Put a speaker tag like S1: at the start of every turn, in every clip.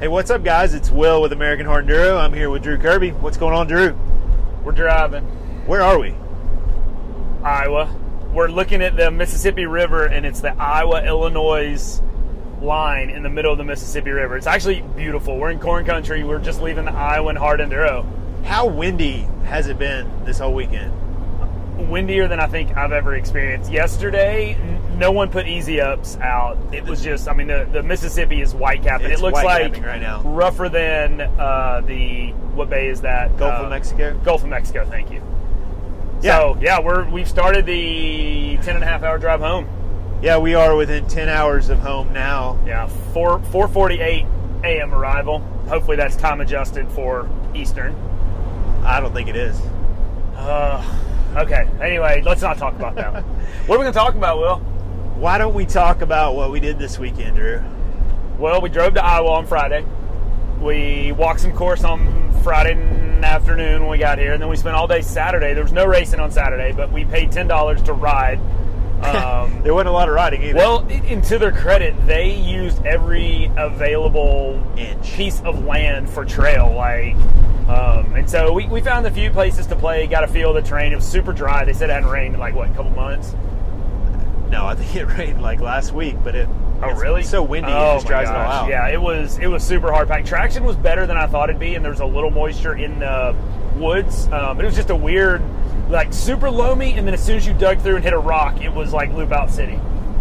S1: Hey, what's up, guys? It's Will with American Hard Enduro. I'm here with Drew Kirby. What's going on, Drew?
S2: We're driving
S1: Where are we?
S2: Iowa. We're looking at the Mississippi River, and it's the Iowa Illinois line in the middle of the Mississippi River. It's actually beautiful. We're in corn country. We're just leaving the Iowa and hard enduro.
S1: How windy has it been this whole weekend?
S2: Windier than I think I've ever experienced. Yesterday, n- no one put easy ups out. It was just, I mean, the, the Mississippi is white capping.
S1: It's
S2: It looks
S1: white
S2: like
S1: capping right now.
S2: rougher than uh, the what bay is that?
S1: Gulf of
S2: Uh,
S1: Mexico?
S2: Gulf of Mexico. Thank you.
S1: Yeah.
S2: So yeah, we're we've started the 10 and a half hour drive home.
S1: Yeah, we are within 10 hours of home now.
S2: Yeah, four 4:48 a.m. arrival. Hopefully that's time adjusted for Eastern.
S1: I don't think it is.
S2: Uh, okay. Anyway, let's not talk about that. what are we gonna talk about, Will?
S1: Why don't we talk about what we did this weekend, Drew?
S2: Well, we drove to Iowa on Friday. We walked some course on Friday n- afternoon when we got here, and then we spent all day Saturday. There was no racing on Saturday, but we paid ten dollars to ride. Um,
S1: There wasn't a lot of riding either.
S2: well, i- and to their credit, they used every available
S1: Inch.
S2: piece of land for trail, like. Um, and so we, we found a few places to play, got a feel of the terrain. It was super dry. They said it hadn't rained in like, what, a couple months?
S1: no, I think it rained like last week, but it.
S2: Oh,
S1: it's
S2: really?
S1: So windy,
S2: Oh,
S1: it just
S2: my
S1: dries it all
S2: gosh.
S1: out.
S2: Yeah, it was it was super hard packed. Traction was better than I thought it'd be, and there was a little moisture in the woods. Um, but it was just a weird, like super loamy, and then as soon as you dug through and hit a rock, it was like loop out city.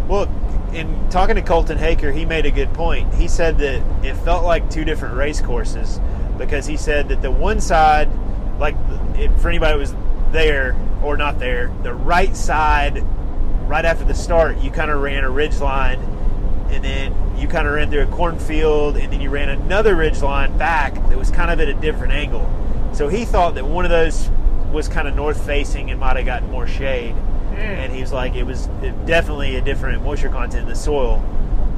S1: Well, in talking to Colton Haker, he made a good point. He said that it felt like two different race courses because he said that the one side, like if, for anybody who was there or not there, the right side, right after the start, you kind of ran a ridge line and then you kind of ran through a cornfield and then you ran another ridge line back that was kind of at a different angle. So he thought that one of those was kind of north facing and might have gotten more shade.
S2: Hmm.
S1: And he was like, it was it definitely a different moisture content in the soil.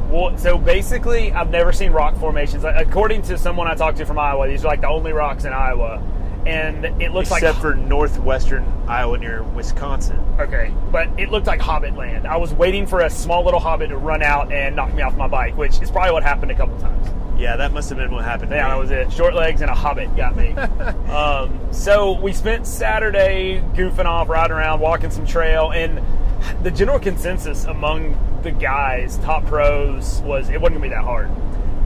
S2: Well, so basically, I've never seen rock formations. Like, According to someone I talked to from Iowa, these are like the only rocks in Iowa, and it looks like
S1: except for northwestern Iowa near Wisconsin.
S2: Okay, but it looked like Hobbit land. I was waiting for a small little Hobbit to run out and knock me off my bike, which is probably what happened a couple times.
S1: Yeah, that must have been what happened. to
S2: Yeah,
S1: me.
S2: that was it. Short legs and a Hobbit got me. um, so we spent Saturday goofing off, riding around, walking some trail, and the general consensus among the guys, top pros, was it wasn't gonna be that hard.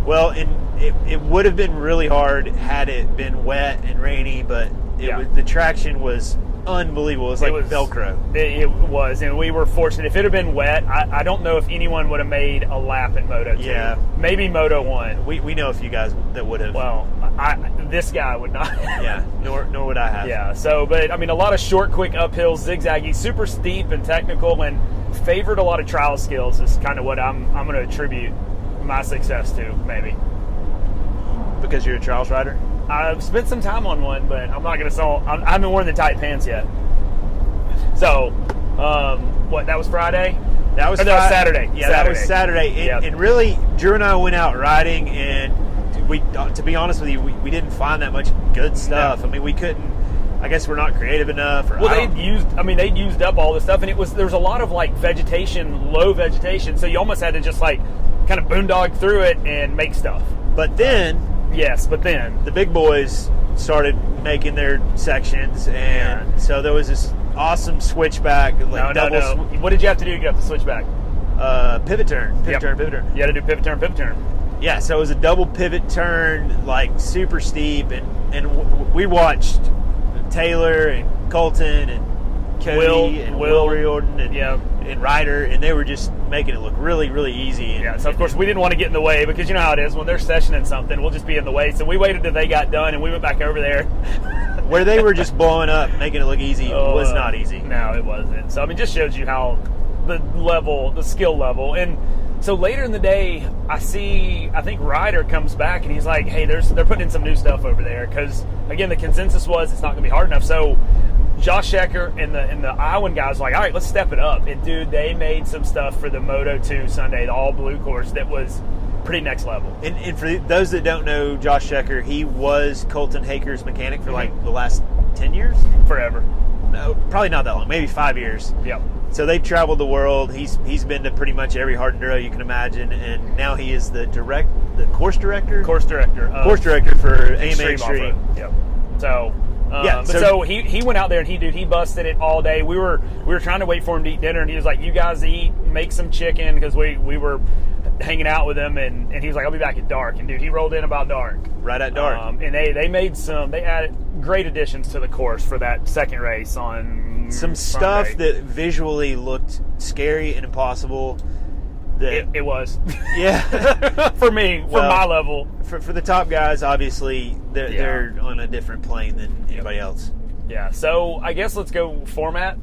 S1: Well, and it, it would have been really hard had it been wet and rainy, but it
S2: Yeah.
S1: was, the traction was unbelievable. It was like
S2: it was
S1: Velcro.
S2: It, it was, and we were fortunate. If it had been wet, I, I don't know if anyone would have made a lap in Moto. 2.
S1: Yeah.
S2: maybe Moto One.
S1: We, we know a few guys that would have.
S2: Well, I this guy would not.
S1: yeah, nor, nor would I have.
S2: Yeah. So, but I mean, a lot of short, quick uphills, zigzaggy, super steep and technical, and favored a lot of trial skills is kind of what I'm I'm going to attribute my success to. Maybe
S1: Because you're a trials rider?
S2: I've spent some time on one, but I'm not going to sell. I'm, I haven't worn the tight pants yet. So, um, what? That was Friday.
S1: That was
S2: Or that was
S1: Fri-
S2: Saturday.
S1: Yeah, that was Saturday. And,
S2: Yep.
S1: and really, Drew and I went out riding, and we, to be honest with you, we, we didn't find that much good stuff. I mean, we couldn't. I guess we're not creative enough. Or I
S2: Well,
S1: don't-
S2: they'd used. I mean, they'd used up all this stuff, and it was there was a lot of like vegetation, low vegetation, so you almost had to just like kind of boondog through it and make stuff.
S1: but then
S2: Yes, but then
S1: the big boys started making their sections, and
S2: Yeah.
S1: so there was this awesome switchback,
S2: no,
S1: like
S2: no,
S1: double
S2: no. What did you have to do to get up the switchback?
S1: sw- uh, pivot turn, pivot
S2: Yep.
S1: turn, pivot turn.
S2: You had to do pivot turn, pivot turn.
S1: Yeah, so it was a double pivot turn, like super steep, and and w- we watched Taylor and Colton and Cody
S2: Will-
S1: and
S2: Will.
S1: Will, Riordan and
S2: Yeah.
S1: and Ryder, and they were just making it look really, really easy. And,
S2: Yeah. So of course we didn't want to get in the way because you know how it is when they're sessioning something, we'll just be in the way. So we waited till they got done, and we went back over there.
S1: where they were just blowing up, making it look easy, was
S2: Uh,
S1: not easy.
S2: No, it wasn't. So I mean, it just shows you how the level, the skill level, and so later in the day, I see. I think Ryder comes back and he's like, "Hey, there's they're putting in some new stuff over there because again, the consensus was it's not going to be hard enough." So Josh Shecker and the and the Iowan guys were like, "All right, let's step it up." And dude, they made some stuff for the Moto Two Sunday, the all blue course that was pretty next level.
S1: And, and for those that don't know Josh Shecker, he was Colton Haker's mechanic
S2: Mm-hmm.
S1: for like the last 10 years?
S2: Forever.
S1: No, probably not that long, maybe five years.
S2: Yep.
S1: So they've traveled the world. He's he's been to pretty much every hard enduro you can imagine, and now he is the direct the course director
S2: course uh, director. Of
S1: course director for AMA Extreme.
S2: Off-Road. Yep. So. Um,
S1: Yeah,
S2: but
S1: so-
S2: so, he, he went out there and he dude he busted it all day. We were we were trying to wait for him to eat dinner and he was like, "You guys eat, make some chicken," because we we were hanging out with him and, and he was like, "I'll be back at dark." And dude, he rolled in about dark.
S1: Right at dark.
S2: Um, and they they made some they added great additions to the course for that second race on
S1: Some stuff
S2: Sunday.
S1: that visually looked scary and impossible. That
S2: it, it was
S1: yeah.
S2: for me for
S1: Well,
S2: my level.
S1: for, for the top guys, obviously they're,
S2: Yeah.
S1: they're on a different plane than anybody else.
S2: Yeah. So I guess let's go format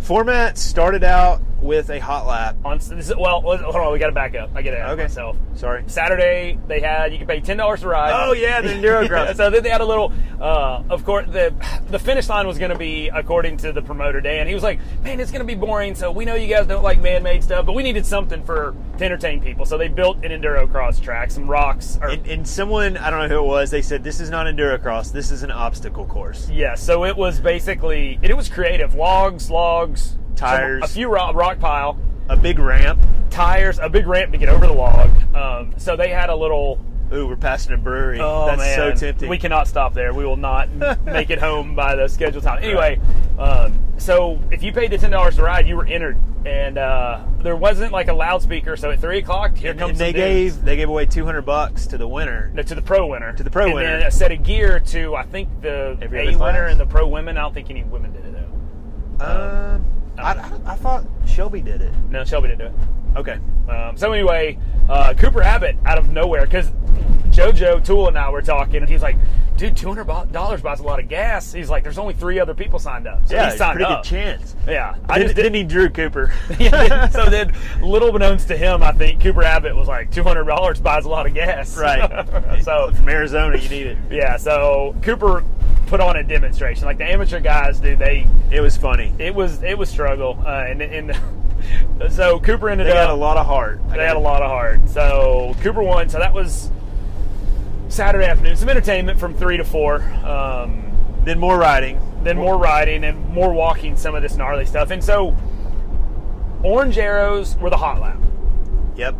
S1: Format started out with a hot lap.
S2: on this is- well hold on we got to back up. I get ahead
S1: Okay.
S2: okay. myself.
S1: Sorry.
S2: Saturday they had you could pay ten dollars to ride.
S1: Oh, yeah, the Enduro Grub.
S2: so then they had a little. Uh, of course, the the finish line was going to be according to the promoter Dan. He was like, "Man, it's going to be boring. So we know you guys don't like man-made stuff, but we needed something for to entertain people. So they built an Enduro Cross track, some rocks. Or,
S1: And, and someone I don't know who it was. They said this is not endurocross. This is an obstacle course.
S2: yeah, so it was basically and it was creative. Logs, logs, some-
S1: Tires.
S2: a few rock, rock pile.
S1: A big ramp.
S2: Tires, a big ramp to get over the log. Um, so they had a little
S1: Ooh, we're passing a brewery.
S2: Oh,
S1: That's so
S2: man.
S1: tempting.
S2: We cannot stop there. We will not make it home by the scheduled time. Anyway, um, so if you paid the ten dollars to ride, you were entered, and uh, there wasn't like a loudspeaker. So at three o'clock, here
S1: And
S2: comes
S1: they
S2: the dudes.
S1: gave they gave away two hundred bucks to the winner.
S2: No, to the pro winner to
S1: the pro
S2: and
S1: winner.
S2: then a set of gear to I think the
S1: Every
S2: A
S1: other class?
S2: winner and the pro women. I don't think any women did it though.
S1: Um, I, I, I thought Shelby did it.
S2: No, Shelby didn't do it.
S1: Okay.
S2: Um, so anyway, uh, Cooper Abbott out of nowhere because JoJo Tool and I were talking, and he's like, "Dude, two hundred dollars buys a lot of gas." He's like, "There's only three other people signed up." So
S1: yeah,
S2: he signed
S1: pretty
S2: up.
S1: good chance.
S2: yeah, I
S1: I
S2: just
S1: didn't, didn't
S2: didn't.
S1: need Drew Cooper.
S2: so then, little beknownst to him, I think Cooper Abbott was like, two hundred dollars buys a lot of gas."
S1: right.
S2: so
S1: from Arizona, you need it.
S2: yeah, so Cooper put on a demonstration. Like the amateur guys, dude, they
S1: It was funny.
S2: it was it was struggle, uh, and and so Cooper ended
S1: They
S2: up
S1: had a lot of heart. I
S2: They had
S1: gotta-
S2: a lot of heart. So Cooper won. So that was Saturday afternoon. Some entertainment from three to four. Um,
S1: Then more riding.
S2: then more riding and more walking. Some of this gnarly stuff. And so orange arrows were the hot lap.
S1: Yep.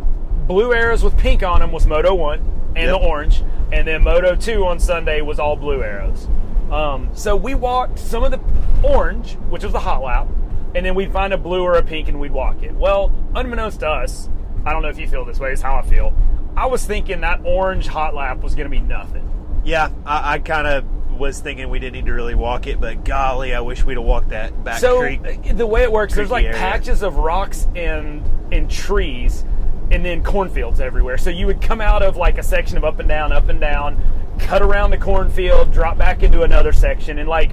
S2: Blue arrows with pink on them was Moto One and
S1: Yep.
S2: the orange. And then Moto Two on Sunday was all blue arrows. Um, so we walked some of the orange, which was the hot lap, and then we'd find a blue or a pink and we'd walk it. Well, unbeknownst to us, I don't know if you feel this way, is how I feel. I was thinking that orange hot lap was going to be nothing.
S1: Yeah, I, I kind of was thinking we didn't need to really walk it, but golly, I wish we'd have walked that back
S2: so
S1: creek.
S2: uh, the way it works, there's like
S1: creaky area.
S2: patches of rocks and and trees, and then cornfields everywhere. So you would come out of like a section of up and down, up and down, cut around the cornfield, drop back into another section, and like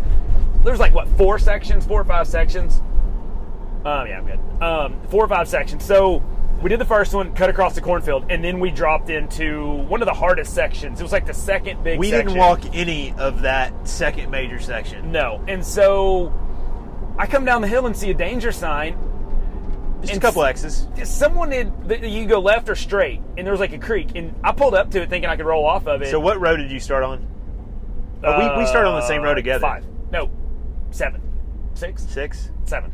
S2: there's like what four sections, four or five sections. Um, yeah, I'm good. Um, four or five sections. So we did the first one, cut across the cornfield, and then we dropped into one of the hardest sections. It was like the second big.
S1: We didn't
S2: section.
S1: walk any of that second major section.
S2: No, and so I come down the hill and see a danger sign,
S1: Just a
S2: And
S1: couple
S2: s-
S1: X's.
S2: someone had that you go left or straight, and there was like a creek, and I pulled up to it thinking I could roll off of it.
S1: So what road did you start on? Oh, we, we started on the same road
S2: Uh,
S1: together.
S2: Five, no, seven, six,
S1: Six?
S2: seven.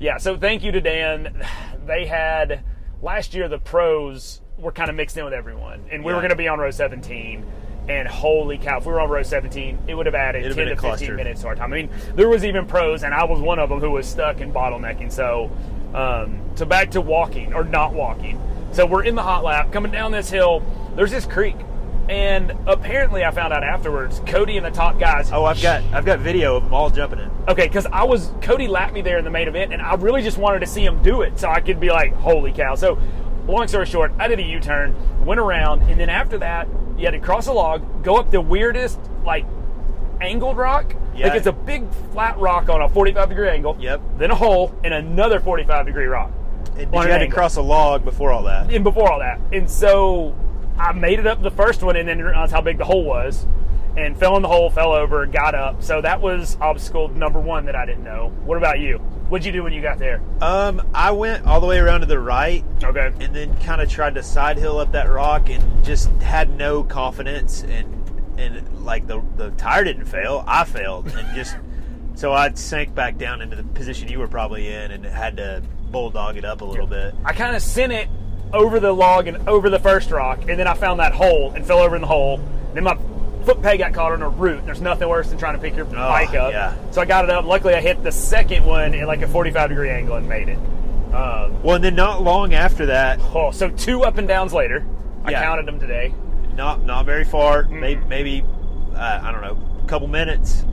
S2: Yeah. So thank you to Dan. They had last year the pros were kind of mixed in with everyone, and we
S1: Yeah.
S2: were going to be on row seventeen. And holy cow, if we were on row 17, it would have added
S1: It'd have
S2: 10
S1: been
S2: to
S1: a
S2: 15
S1: cluster.
S2: minutes to our time. I mean, there was even pros, and I was one of them who was stuck in bottlenecking. So, um, so back to walking or not walking. So we're in the hot lap, coming down this hill. There's this creek, and apparently, I found out afterwards, Cody and the top guys.
S1: Oh, I've got I've got video of them all jumping in.
S2: Okay, because I was Cody lapped me there in the main event, and I really just wanted to see him do it so I could be like, "Holy cow!" So, long story short, I did a U-turn, went around, and then after that, you had to cross a log, go up the weirdest like angled rock.
S1: Yeah.
S2: Like it's a big flat rock on a 45 degree angle.
S1: Yep.
S2: Then a hole and another 45 degree rock.
S1: And
S2: on
S1: you
S2: an
S1: had to
S2: angle
S1: cross a log before all that.
S2: and before all that. And so I made it up the first one and then realized how big the hole was and fell in the hole, fell over, got up. So that was obstacle number one that I didn't know. What about you? What'd you do when you got there?
S1: Um, I went all the way around to the right
S2: Okay.
S1: and then kind of tried to side hill up that rock and just had no confidence and and like the the tire didn't fail I failed and just So I sank back down into the position you were probably in and had to bulldog it up a little bit.
S2: I kind of sent it over the log and over the first rock, and then I found that hole and fell over in the hole. Then my foot peg got caught on a root. There's nothing worse than trying to pick your bike up.
S1: Oh, yeah.
S2: So I got it up. Luckily, I hit the second one at like a 45 degree angle and made it. Um,
S1: Well, and then not long after that,
S2: oh, so two up and downs later. I
S1: Yeah.
S2: counted them today.
S1: not not very far,
S2: Mm-hmm.
S1: may maybe, uh, I don't know, a couple minutes,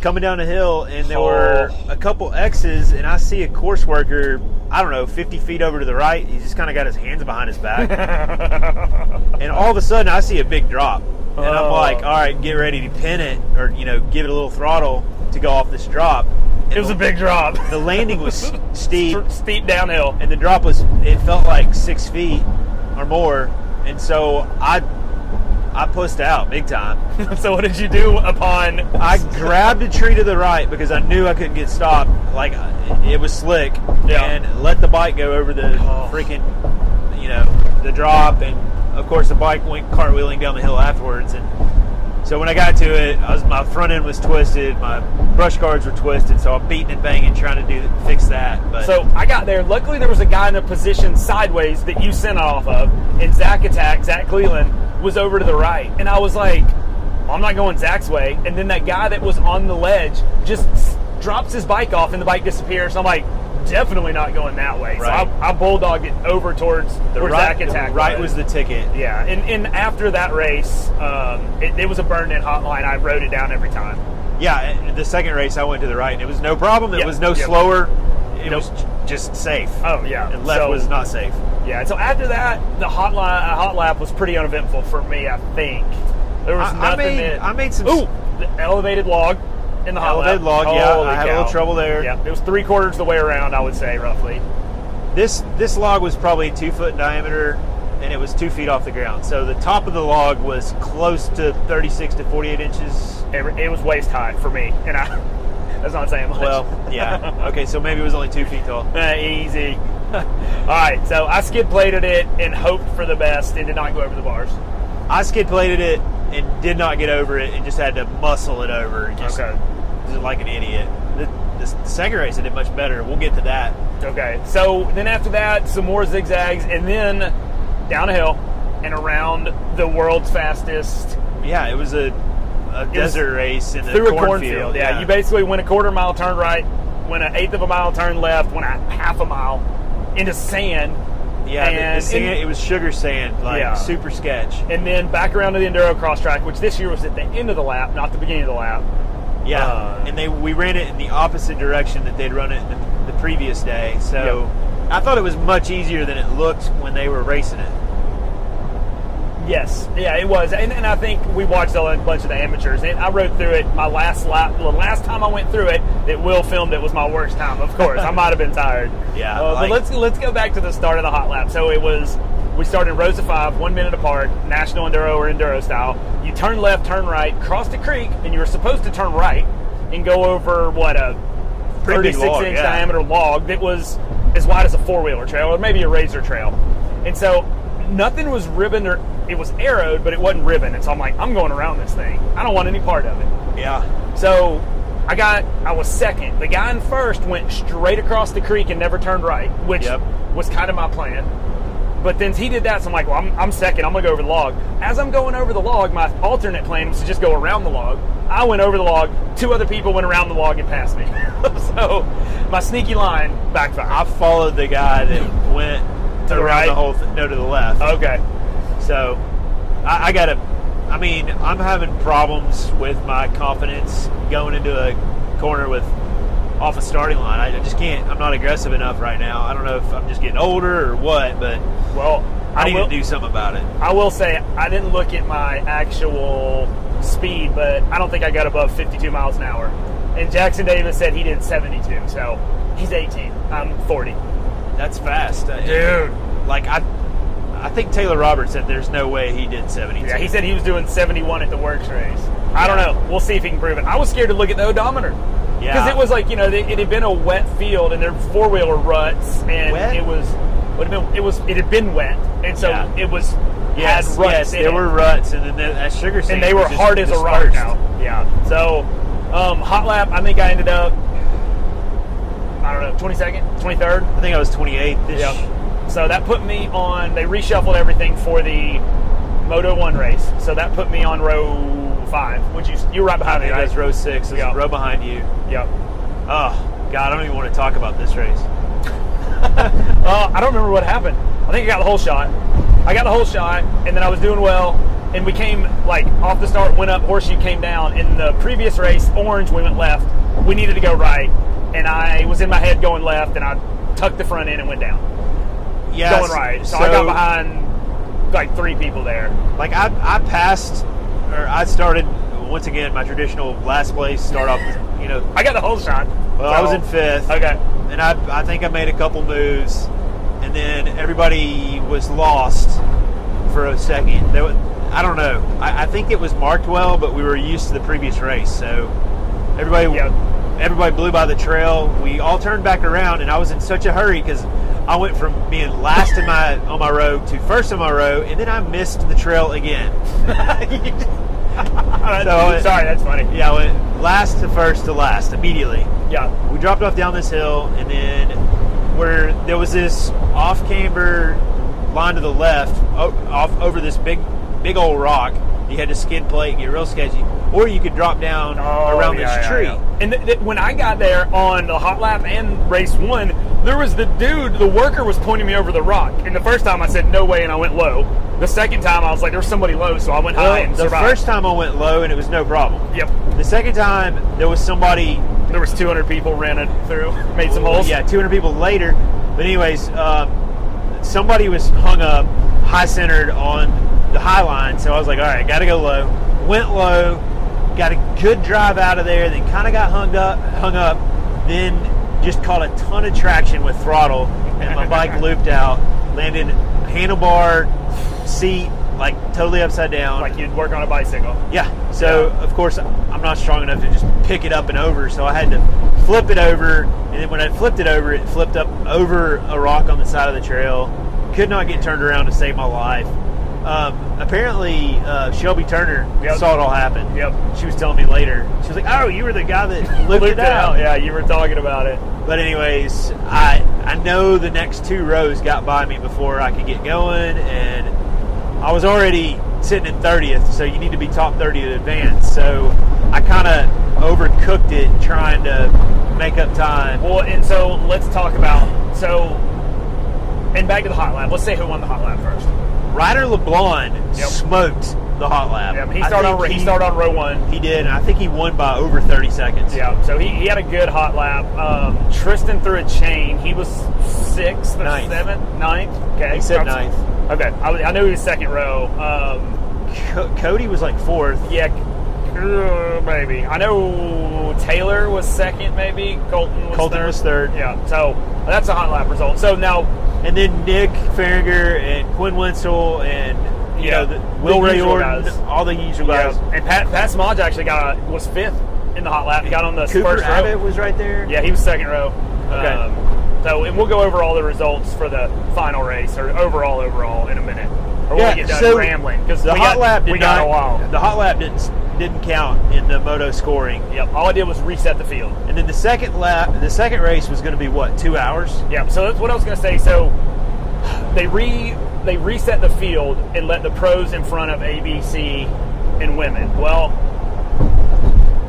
S1: coming down a hill, and there were
S2: Oh.
S1: a couple X's, and I see a course worker, I don't know, 50 feet over to the right. He just kind of got his hands behind his back. and all of a sudden, I see a big drop. And I'm
S2: Oh.
S1: like, all right, get ready to pin it or, you know, give it a little throttle to go off this drop. And
S2: It was
S1: the-
S2: a big drop.
S1: the landing was steep
S2: Steep downhill.
S1: and the drop was it felt like six feet or more and so i i pussed out big time
S2: so what did you do upon?
S1: i grabbed a tree to the right because i knew i couldn't get stopped like it, it was slick
S2: Yeah.
S1: and let the bike go over the
S2: Oh.
S1: freaking you know the drop and of course the bike went cartwheeling down the hill afterwards and so when I got to it, I was, my front end was twisted, my brush guards were twisted, so I'm beating and banging trying to do fix that. But
S2: So I got there. Luckily, there was a guy in a position sideways that you sent off of, and Zach Attack, Zach Cleland, was over to the right, and I was like, I'm not going Zach's way. And then that guy that was on the ledge just s- drops his bike off, and the bike disappears. So I'm like, definitely not going that way.
S1: Right.
S2: So I, I bulldogged it over towards
S1: the
S2: where
S1: right,
S2: Zach Attack
S1: the right was the ticket.
S2: Yeah, and, and after that race, um, it, it was a burn-in hotline. I wrote it down every time.
S1: Yeah, and the second race I went to the right, and it was no problem. It
S2: Yep,
S1: was no
S2: yep.
S1: slower. It was
S2: Nope.
S1: j- just safe.
S2: Oh yeah,
S1: and left
S2: So-
S1: was not safe.
S2: Yeah, so after that, the hot, li- uh, hot lap was pretty uneventful for me, I think. There was
S1: I- I
S2: nothing
S1: made-
S2: that.
S1: I made some-
S2: Ooh, the elevated log in the hot
S1: Elevated
S2: lap.
S1: log, yeah,
S2: Holy
S1: I had a little
S2: cow.
S1: trouble there.
S2: Yeah, it was three quarters the way around, I would say, roughly.
S1: This this log was probably two foot in diameter, and it was two feet off the ground. So the top of the log was close to thirty six to forty eight inches.
S2: It, it was waist high for me, and I. That's not saying much.
S1: Well, yeah, okay, so maybe it was only two feet tall.
S2: Uh, easy. All right, so I skid plated it and hoped for the best, and did not go over the bars.
S1: I skid plated it and did not get over it, and just had to muscle it over. and Just,
S2: Okay.
S1: just like an idiot. The, the, the second race I did much better. We'll get to that.
S2: Okay, so then after that, some more zigzags, and then down a hill and around the world's fastest
S1: Yeah, it was a, a
S2: It was
S1: desert race in the
S2: through a
S1: cornfield.
S2: cornfield. Yeah, you basically went a quarter mile, turn right, went an eighth of a mile, turn left, went a half a mile into sand,
S1: Yeah, the,
S2: And-
S1: the sand, it was sugar sand, like
S2: Yeah.
S1: super sketch.
S2: and then back around to the enduro cross track, which this year was at the end of the lap, not the beginning of the lap.
S1: Yeah,
S2: Uh,
S1: and they we ran it in the opposite direction that they'd run it the, the previous day. So I thought it was much easier than it looked when they were racing it.
S2: Yes, yeah, it was, and, and I think we watched a bunch of the amateurs. And I rode through it my last lap. The last time I went through it, that Will filmed it was my worst time. Of course, I might have been tired.
S1: Yeah,
S2: uh,
S1: like-
S2: but let's let's go back to the start of the hot lap. So it was we started Rosa Five, one minute apart, National Enduro or Enduro style. You turn left, turn right, cross the creek, and you were supposed to turn right and go over what a
S1: Pretty big
S2: 36
S1: log,
S2: inch
S1: yeah.
S2: diameter diameter log that was as wide as a four wheeler trail or maybe a razor trail. And so nothing was ribboned or it was arrowed, but it wasn't ribbon. And so I'm like, I'm going around this thing. I don't want any part of it.
S1: Yeah,
S2: So I got, I was second. The guy in first went straight across the creek and never turned right, which
S1: Yep.
S2: was kind of my plan. But then he did that, so I'm like, well, I'm, I'm second. I'm going to go over the log. As I'm going over the log, my alternate plan was to just go around the log. I went over the log. Two other people went around the log and passed me. so my sneaky line backfired.
S1: I followed the guy that went
S2: To the
S1: around
S2: right?
S1: the
S2: Oh.
S1: whole th- no to the left.
S2: Okay.
S1: So I, I gotta. I mean, I'm having problems with my confidence going into a corner with off a starting line. I just can't. I'm not aggressive enough right now. I don't know if I'm just getting older or what, but
S2: Well,
S1: I, need
S2: will,
S1: to do something about it.
S2: I will say I didn't look at my actual speed, but I don't think I got above 52 miles an hour. And Jackson Davis said he did 72, so he's 18. I'm 40.
S1: That's fast, Like I, I think Taylor Roberts said there's no way he did 72.
S2: Yeah, he said he was doing 71 at the works race. I don't know. We'll see if he can prove it. I was scared to look at the odometer.
S1: Yeah.
S2: Because it was like, you know, it, it had been a wet field and there were four wheeler ruts and
S1: Wet?
S2: it was would have been it was it had been wet. And so
S1: Yeah.
S2: it was
S1: yes,
S2: had ruts
S1: yes,
S2: in
S1: there
S2: it.
S1: were ruts, and then that, that sugar sand
S2: and they were
S1: was just
S2: hard as a rock
S1: dispersed.
S2: now. Yeah. So Um, hot lap, I think I ended up, I don't know, 22nd, 23rd.
S1: I think I was 28 this
S2: Yeah. So that put me on. They reshuffled everything for the Moto One race. So that put me on row five, which you you're right
S1: I
S2: behind me.
S1: think I
S2: Right?
S1: was row six. I was
S2: Yeah.
S1: row behind you.
S2: Yep.
S1: Oh, God, I don't even want to talk about this race.
S2: Uh, I don't remember what happened. I think I got the whole shot. I got the whole shot, and then I was doing well. And we came like off the start, went up, horseshoe came down. In the previous race, orange, we went left. We needed to go right, and I was in my head going left, and I tucked the front end and went down,
S1: Yeah,
S2: going right. So, I got behind like three people there.
S1: Like I, I passed, or I started once again my traditional last place start off. You know,
S2: I got the whole shot.
S1: well, I was
S2: So-
S1: in fifth.
S2: Okay.
S1: and I, I think I made a couple moves, and then everybody was lost for a second. There was, I don't know. I, I think it was marked well, but we were used to the previous race, so everybody
S2: Yeah.
S1: everybody blew by the trail. We all turned back around, and I was in such a hurry because I went from being last in my on my row to first in my row, and then I missed the trail again. So it-
S2: Sorry, that's funny.
S1: Yeah, I went last to first to last immediately.
S2: Yeah.
S1: we dropped off down this hill and then where there was this off camber line to the left o- off over this big big old rock you had to skid plate and get real sketchy or you could drop down
S2: Oh,
S1: around
S2: yeah,
S1: this
S2: yeah,
S1: tree
S2: yeah. And th- th- when I got there on the hot lap and race one, there was the dude, the worker was pointing me over the rock. And the first time I said no way and I went low. The second time I was like, there was somebody low, so I went high
S1: Well,
S2: and
S1: the
S2: survived.
S1: first time i went low and it was no problem
S2: yep.
S1: the second time there was somebody
S2: There was 200 people rented through, made some holes.
S1: Yeah, 200 people later. But anyways, um, somebody was hung up, high centered on the high line. So I was like, all right, gotta go low. Went low, got a good drive out of there. Then kind of got hung up, hung up. Then just caught a ton of traction with throttle, and my bike looped out, landed handlebar, seat like totally upside down.
S2: Like you'd work on a bicycle.
S1: Yeah. So of course I'm not strong enough to just pick it up and over, so I had to flip it over. And then when I flipped it over, it flipped up over a rock on the side of the trail. Could not get turned around to save my life. Um, apparently, uh, Shelby Turner
S2: Yep.
S1: saw it all happen.
S2: Yep.
S1: She was telling me later. She was like, "Oh, you were the guy that looped,
S2: Looped
S1: it out."
S2: Yeah, you were talking about it.
S1: But anyways, I I know the next two rows got by me before I could get going, and I was already sitting in thirtieth. So you need to be top thirty to advance. So I kind of overcooked it trying to make up time.
S2: Well, and so let's talk about so, and back to the hot lap. Let's say who won the hot lap first.
S1: Ryder LeBlanc
S2: Yep.
S1: smoked the hot lap.
S2: Yeah, he
S1: I
S2: started
S1: think
S2: on he, started on row one.
S1: He did, and I think he won by over thirty seconds.
S2: Yeah, so he, he had a good hot lap. Um, Tristan threw a chain. He was sixth or
S1: Ninth.
S2: seventh, ninth. Okay,
S1: He said
S2: I'm-
S1: ninth.
S2: Okay, I, was- I knew he was second row. Um,
S1: Co- Cody was like fourth.
S2: yeah, uh, maybe I know Taylor was second. Maybe Colton was
S1: Colton
S2: third.
S1: was third.
S2: Yeah, so that's a hot lap result. So now
S1: And then Nick Farringer and Quinn Winslow and you
S2: Yeah,
S1: know the,
S2: the
S1: Will Ray
S2: usual
S1: Orton,
S2: guys.
S1: all the usual
S2: Yeah,
S1: guys.
S2: and Pat Pat Smodge actually got was fifth in the hot lap. He got on the
S1: Cooper
S2: first row.
S1: Abbott was right there.
S2: Yeah, he was second row.
S1: Okay.
S2: Um, so, and we'll go over all the results for the final race or overall overall in a minute. Or when
S1: Yeah,
S2: we get done
S1: so
S2: rambling because
S1: the
S2: we
S1: hot
S2: got,
S1: lap did
S2: we
S1: not.
S2: got a while.
S1: The hot lap didn't didn't count in the moto scoring.
S2: Yep. All I did was reset the field.
S1: And then the second lap, the second race was going to be what two hours?
S2: Yeah. So that's what I was going to say. So they re they reset the field and let the pros in front of ABC and women. Well,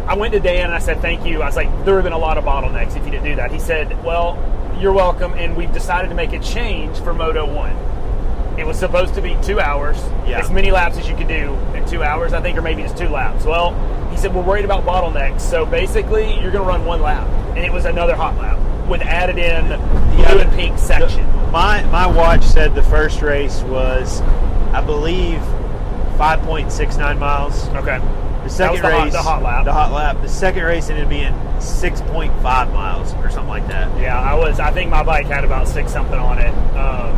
S2: I went to Dan and I said thank you. I was like, there have been a lot of bottlenecks if you didn't do that. He said, well, you're welcome, and we've decided to make a change for Moto One. It was supposed to be two hours,
S1: Yeah.
S2: as many laps as you could do in two hours, I think, or maybe it's two laps. Well, he said we're worried about bottlenecks, so basically you're going to run one lap, and it was another hot lap with added in blue
S1: Yeah.
S2: and pink section.
S1: My my watch said the first race was, I believe, five point six nine miles.
S2: Okay.
S1: The second
S2: That was the hot-
S1: race,
S2: the hot lap.
S1: the hot lap. The second race ended up being six point five miles or something like that.
S2: Yeah, I was. I think my bike had about six something on it, um,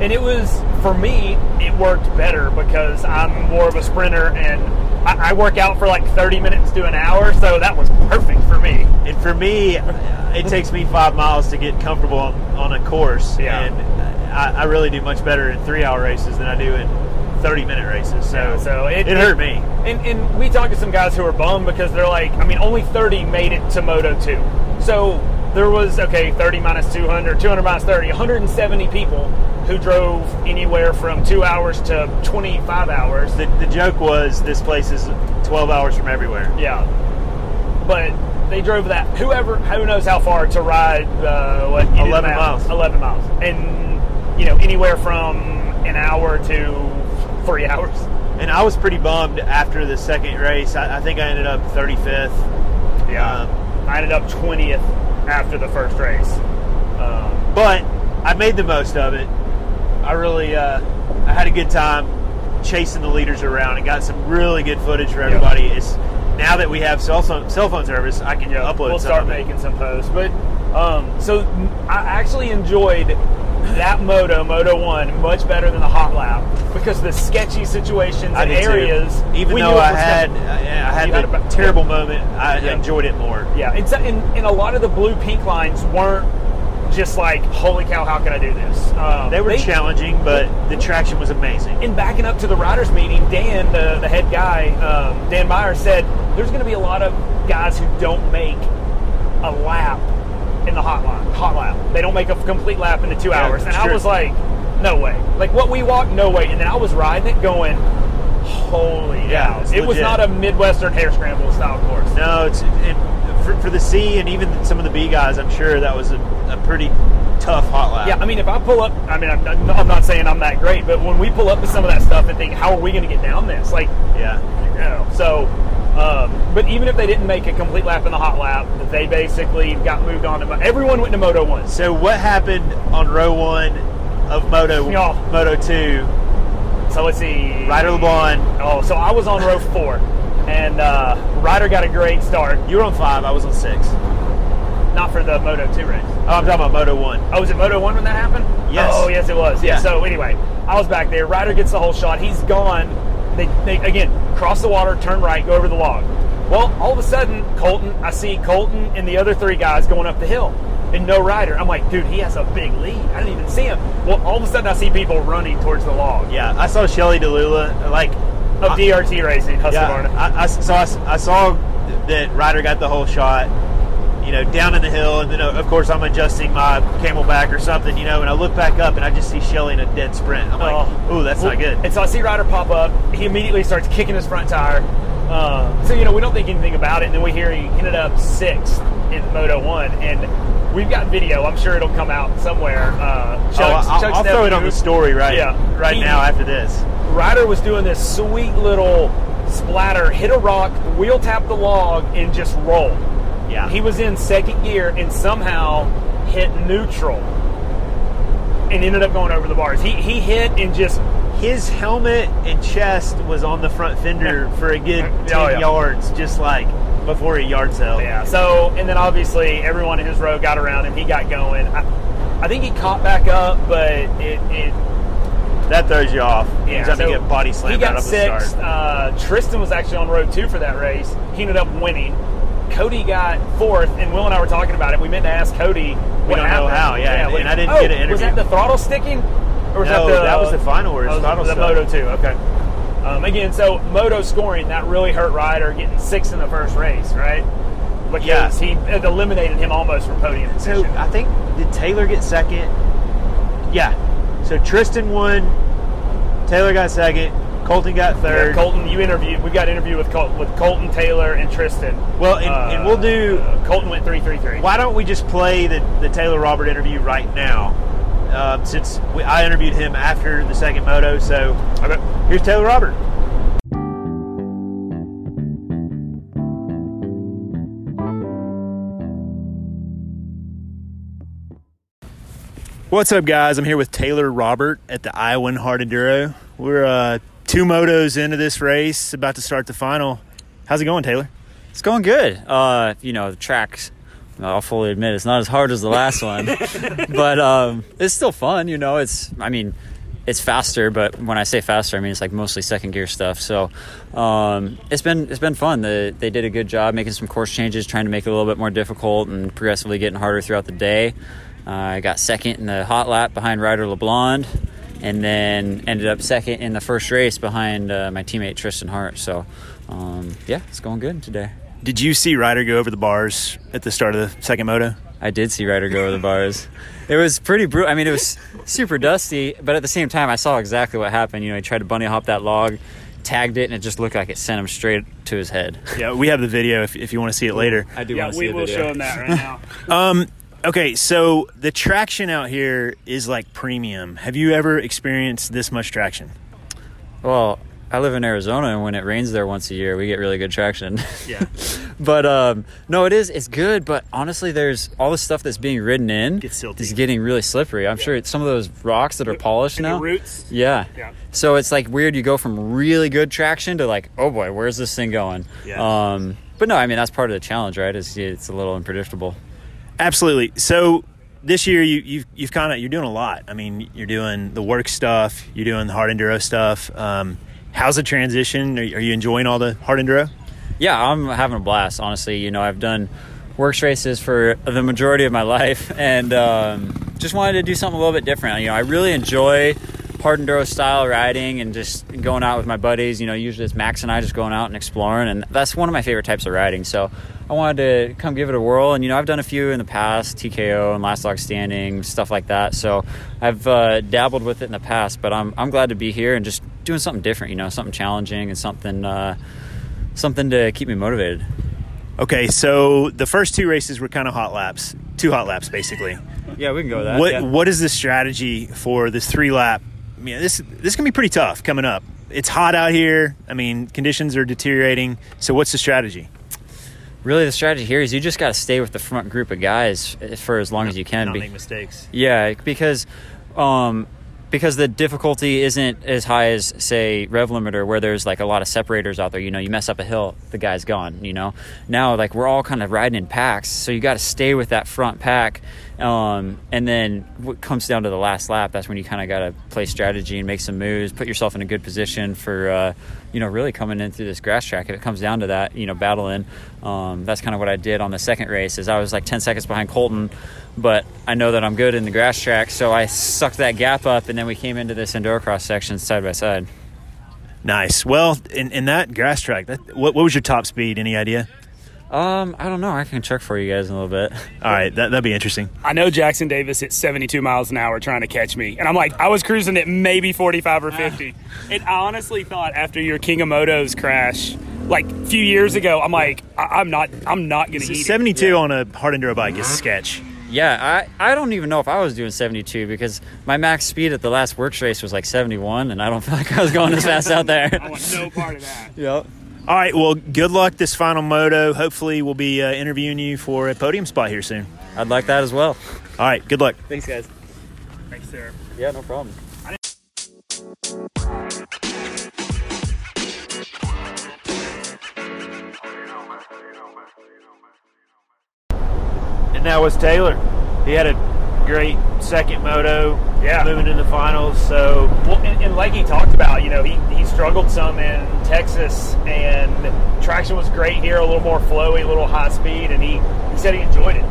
S2: and it was for me. It worked better because I'm more of a sprinter, and I, I work out for like 30 minutes to an hour, so that was perfect for me.
S1: And for me, it takes me five miles to get comfortable on, on a course.
S2: Yeah.
S1: And I, I really do much better in three hour races than I do in 30 minute races. So,
S2: so it,
S1: it hurt me.
S2: And, and we talked to some guys who were bummed because they're like, I mean, only 30 made it to Moto 2. So there was, okay, 30 minus 200, 200 minus 30, 170 people who drove anywhere from two hours to 25 hours.
S1: The, the joke was this place is 12 hours from everywhere.
S2: Yeah. But they drove that, whoever, who knows how far to ride, uh, what? you did the
S1: 11
S2: math.
S1: miles.
S2: 11 miles. And, you know, anywhere from an hour to three hours.
S1: And I was pretty bummed after the second race. I, I think I ended up 35th.
S2: Um, I ended up 20th after the first race. Um,
S1: but I made the most of it. I really, uh, I had a good time chasing the leaders around and got some really good footage for everybody. It's now that we have cell phone cell phone service, I can
S2: yeah,
S1: upload.
S2: we'll
S1: some
S2: start
S1: of it.
S2: making some posts. But um, so I actually enjoyed that moto, Moto One, much better than the hot lap because the sketchy situations
S1: I
S2: and
S1: did too.
S2: areas.
S1: Even
S2: we knew
S1: though
S2: it
S1: I
S2: was
S1: had,
S2: gonna-
S1: I I had
S2: You had
S1: that
S2: a ba-
S1: terrible moment, I
S2: Yeah.
S1: enjoyed it more.
S2: yeah, it's and, and a lot of the blue pink lines weren't just like holy cow, how can I do this? Um,
S1: They were challenging, but the traction was amazing.
S2: in backing up to the riders meeting, Dan, the, the head guy, um, Dan Meyer said, "There's going to be a lot of guys who don't make a lap in the hot line, hot lap. They don't make a complete lap into two
S1: Yeah,
S2: hours." And I
S1: sure.
S2: was like, "No way!" Like what we walked, no way. And then I was riding it, going, "Holy
S1: Yeah,
S2: cow."
S1: it's
S2: It was
S1: legit.
S2: not a Midwestern hair scramble style course.
S1: No, it's it, for, for the C and even some of the B guys. I'm sure that was a, a pretty tough hot lap.
S2: Yeah, I mean, if I pull up, I mean, I'm, I'm not saying I'm that great, but when we pull up to some of that stuff and think, how are we going to get down this? Like,
S1: yeah,
S2: No. So, um, but even if they didn't make a complete lap in the hot lap, they basically got moved on to. Mo- Everyone went to Moto One.
S1: So what happened on row one of Moto
S2: Yeah.
S1: Moto Two?
S2: So let's see.
S1: Ryder LeBron,
S2: Oh, so I was on row four, and uh, Ryder got a great start.
S1: you were on five. I was on six. Oh,
S2: Not for the Moto Two race.
S1: I'm talking about Moto One.
S2: Oh, was it Moto One when that happened?
S1: Yes.
S2: Oh, yes, it was.
S1: Yeah.
S2: So anyway, I was back there. Ryder gets the whole shot. He's gone. They, they again cross the water, turn right, go over the log. Well, all of a sudden, Colton, I see Colton and the other three guys going up the hill, and no Ryder. I'm like, dude, he has a big lead. I didn't even see him. Well, all of a sudden, I see people running towards the log
S1: Yeah, I saw Shelly Delula like
S2: of
S1: I-
S2: DRT racing, Hustle
S1: Yeah, I, I- so I, s- I saw that Ryder got the whole shot, you know, down in the hill, and then uh, of course I'm adjusting my camelback or something, you know, and I look back up and I just see Shelly in a dead sprint. I'm like,
S2: Oh.
S1: oh, that's not good.
S2: And so I see Ryder pop up. He immediately starts kicking his front tire. Uh, so you know we don't think anything about it, and then we hear he ended up sixth in Moto One, and we've got video. I'm sure it'll come out somewhere. Uh, Chuck's,
S1: Oh, I'll, I'll
S2: Chuck's
S1: throw it
S2: nephew-
S1: on the story right
S2: Yeah.
S1: right
S2: He-
S1: now after this.
S2: Ryder was doing this sweet little splatter, hit a rock, wheel tap the log, and just roll.
S1: Yeah,
S2: He was in second gear and somehow hit neutral, and ended up going over the bars. He he hit and just
S1: his helmet and chest was on the front fender for a good
S2: Oh,
S1: ten
S2: yeah.
S1: yards, just like before he yard sale.
S2: Yeah. So, and then obviously everyone in his row got around him. He got going. I, I think he caught back up, but it. it
S1: that throws you off.
S2: yeah,
S1: He's up
S2: so
S1: to get body slammed
S2: He got
S1: right off the
S2: sixth.
S1: start.
S2: Uh, Tristan was actually on road two for that race. He ended up winning. Cody got fourth, and Will and I were talking about it. We meant to ask Cody. what
S1: don't know
S2: happened.
S1: how, yeah, and-
S2: what-
S1: and I didn't
S2: oh,
S1: get an
S2: Was
S1: interview.
S2: that the throttle sticking? Or was
S1: No,
S2: that, the,
S1: that was the final where his
S2: that was
S1: throttle
S2: the
S1: stuck.
S2: Moto two. Okay. Um, again, so Moto scoring that really hurt Ryder getting sixth in the first race, right? Because he it eliminated him almost from podium
S1: So
S2: position.
S1: I think did Taylor get second? Yeah. So Tristan won. Taylor got second. Colton got
S2: Yeah,
S1: third.
S2: Colton, you interviewed. We got an interview with Col- with Colton Taylor and Tristan. Uh,
S1: Well, and- and we'll do-
S2: Colton went three three three.
S1: Why don't we just play the, the Taylor Robert interview right now? Um, since we, I interviewed him after the second moto, so here's Taylor Robert. What's up, guys? I'm here with Taylor Robert at the Iowan Hard Enduro. We're uh, two motos into this race, about to start the final. How's it going, Taylor?
S3: It's going good. Uh, you know, the tracks. I'll fully admit it's not as hard as the last one, but um, it's still fun. You know, it's. I mean, it's faster, but when I say faster, I mean it's like mostly second gear stuff. So um, it's been it's been fun. The, they did a good job making some course changes, trying to make it a little bit more difficult and progressively getting harder throughout the day. Uh, I got second in the hot lap behind Ryder LeBlond and then ended up second in the first race behind uh, my teammate Tristan Hart. So, um, yeah, it's going good today.
S1: Did you see Ryder go over the bars at the start of the second moto?
S3: I did see Ryder go over the bars. It was pretty brutal. I mean, it was super dusty, but at the same time, I saw exactly what happened. You know, he tried to bunny hop that log, tagged it, and it just looked like it sent him straight to his head.
S1: Yeah, we have the video if, if you want to see it later.
S3: I do
S2: Yeah,
S3: want to see
S2: we
S3: the
S2: will
S3: video.
S2: show him that right now.
S1: Okay, so the traction out here is like premium. Have you ever experienced this much traction?
S3: Well, I live in Arizona, and when it rains there once a year, we get really good traction.
S1: Yeah.
S3: but um, no, it is. It's good. But honestly, there's all the stuff that's being ridden in
S1: Gets silty.
S3: is getting really slippery. I'm sure it's some of those rocks that are polished
S2: And
S3: now.
S2: the roots.
S3: Yeah.
S2: Yeah.
S3: So it's like weird. You go from really good traction to like, oh boy, where's this thing going?
S1: Yeah.
S3: Um, but no, I mean that's part of the challenge, right? Is it's a little unpredictable.
S1: Absolutely. So this year you, you've you've kind of you're doing a lot. I mean, you're doing the work stuff, you're doing the hard enduro stuff. Um, how's the transition? Are, are you enjoying all the hard enduro?
S3: yeah, I'm having a blast. Honestly, you know, I've done works races for the majority of my life, and um, just wanted to do something a little bit different. You know, I really enjoy hard enduro style riding and just going out with my buddies. You know, usually it's Max and I just going out and exploring, and that's one of my favorite types of riding. So I wanted to come give it a whirl, and you know, I've done a few in the past, TKO and Last Log Standing, stuff like that. So I've uh, dabbled with it in the past, but I'm I'm glad to be here and just doing something different. You know, something challenging and something. Uh, something to keep me motivated.
S1: Okay, so the first two races were kind of hot laps, two hot laps basically.
S3: Yeah, we can go with that.
S1: what
S3: yeah.
S1: what is the strategy for this three lap? I mean, this this can be pretty tough coming up. It's hot out here. I mean, conditions are deteriorating. So what's the strategy?
S3: Really, the strategy here is you just got to stay with the front group of guys for as long as you can.
S1: Not
S3: be-
S1: make mistakes.
S3: yeah, because um, because the difficulty isn't as high as say rev limiter, where there's like a lot of separators out there. You know, you mess up a hill, the guy's gone. You know, now like we're all kind of riding in packs, so you got to stay with that front pack. Um, and then what comes down to the last lap, that's when you kind of got to uh, play strategy and make some moves, put yourself in a good position for uh, you know really coming in through this grass track. If it comes down to that, you know battling, um, that's kind of what I did on the second race. Is I was like ten seconds behind Colton, but I know that I'm good in the grass track, so I sucked that gap up, and then we came into this indoor cross section side by side.
S1: Nice. Well, in, in that grass track, that, what, what was your top speed? Any idea?
S3: Um, I don't know. I can check for you guys in a little bit.
S1: All right, that, that'd be interesting.
S2: I know Jackson Davis hit 72 miles an hour trying to catch me. And I'm like, I was cruising at maybe 45 or 50.
S3: Ah.
S2: and I honestly thought after your King of Motos crash, like a few years ago, I'm like, I- I'm not, I'm not going to eat it.
S1: 72 on a hard enduro bike is sketch.
S3: Yeah, I, I don't even know if I was doing 72 because my max speed at the last works race was like 71, and I don't feel like I was going as fast out
S2: I
S3: there.
S2: want no part of that.
S3: yep.
S1: All right, well, good luck this final moto. Hopefully, we'll be uh, interviewing you for a podium spot here soon.
S3: I'd like that as well.
S1: All right, good luck.
S3: Thanks, guys.
S2: Thanks, sir.
S3: Yeah, no problem.
S4: And that was Taylor. He had a great second moto.
S2: Yeah.
S4: Moving in the finals. So
S2: Well, and, and like he talked about, you know, he, he struggled some in Texas, and traction was great here, a little more flowy, a little high speed, and he, he said he enjoyed it.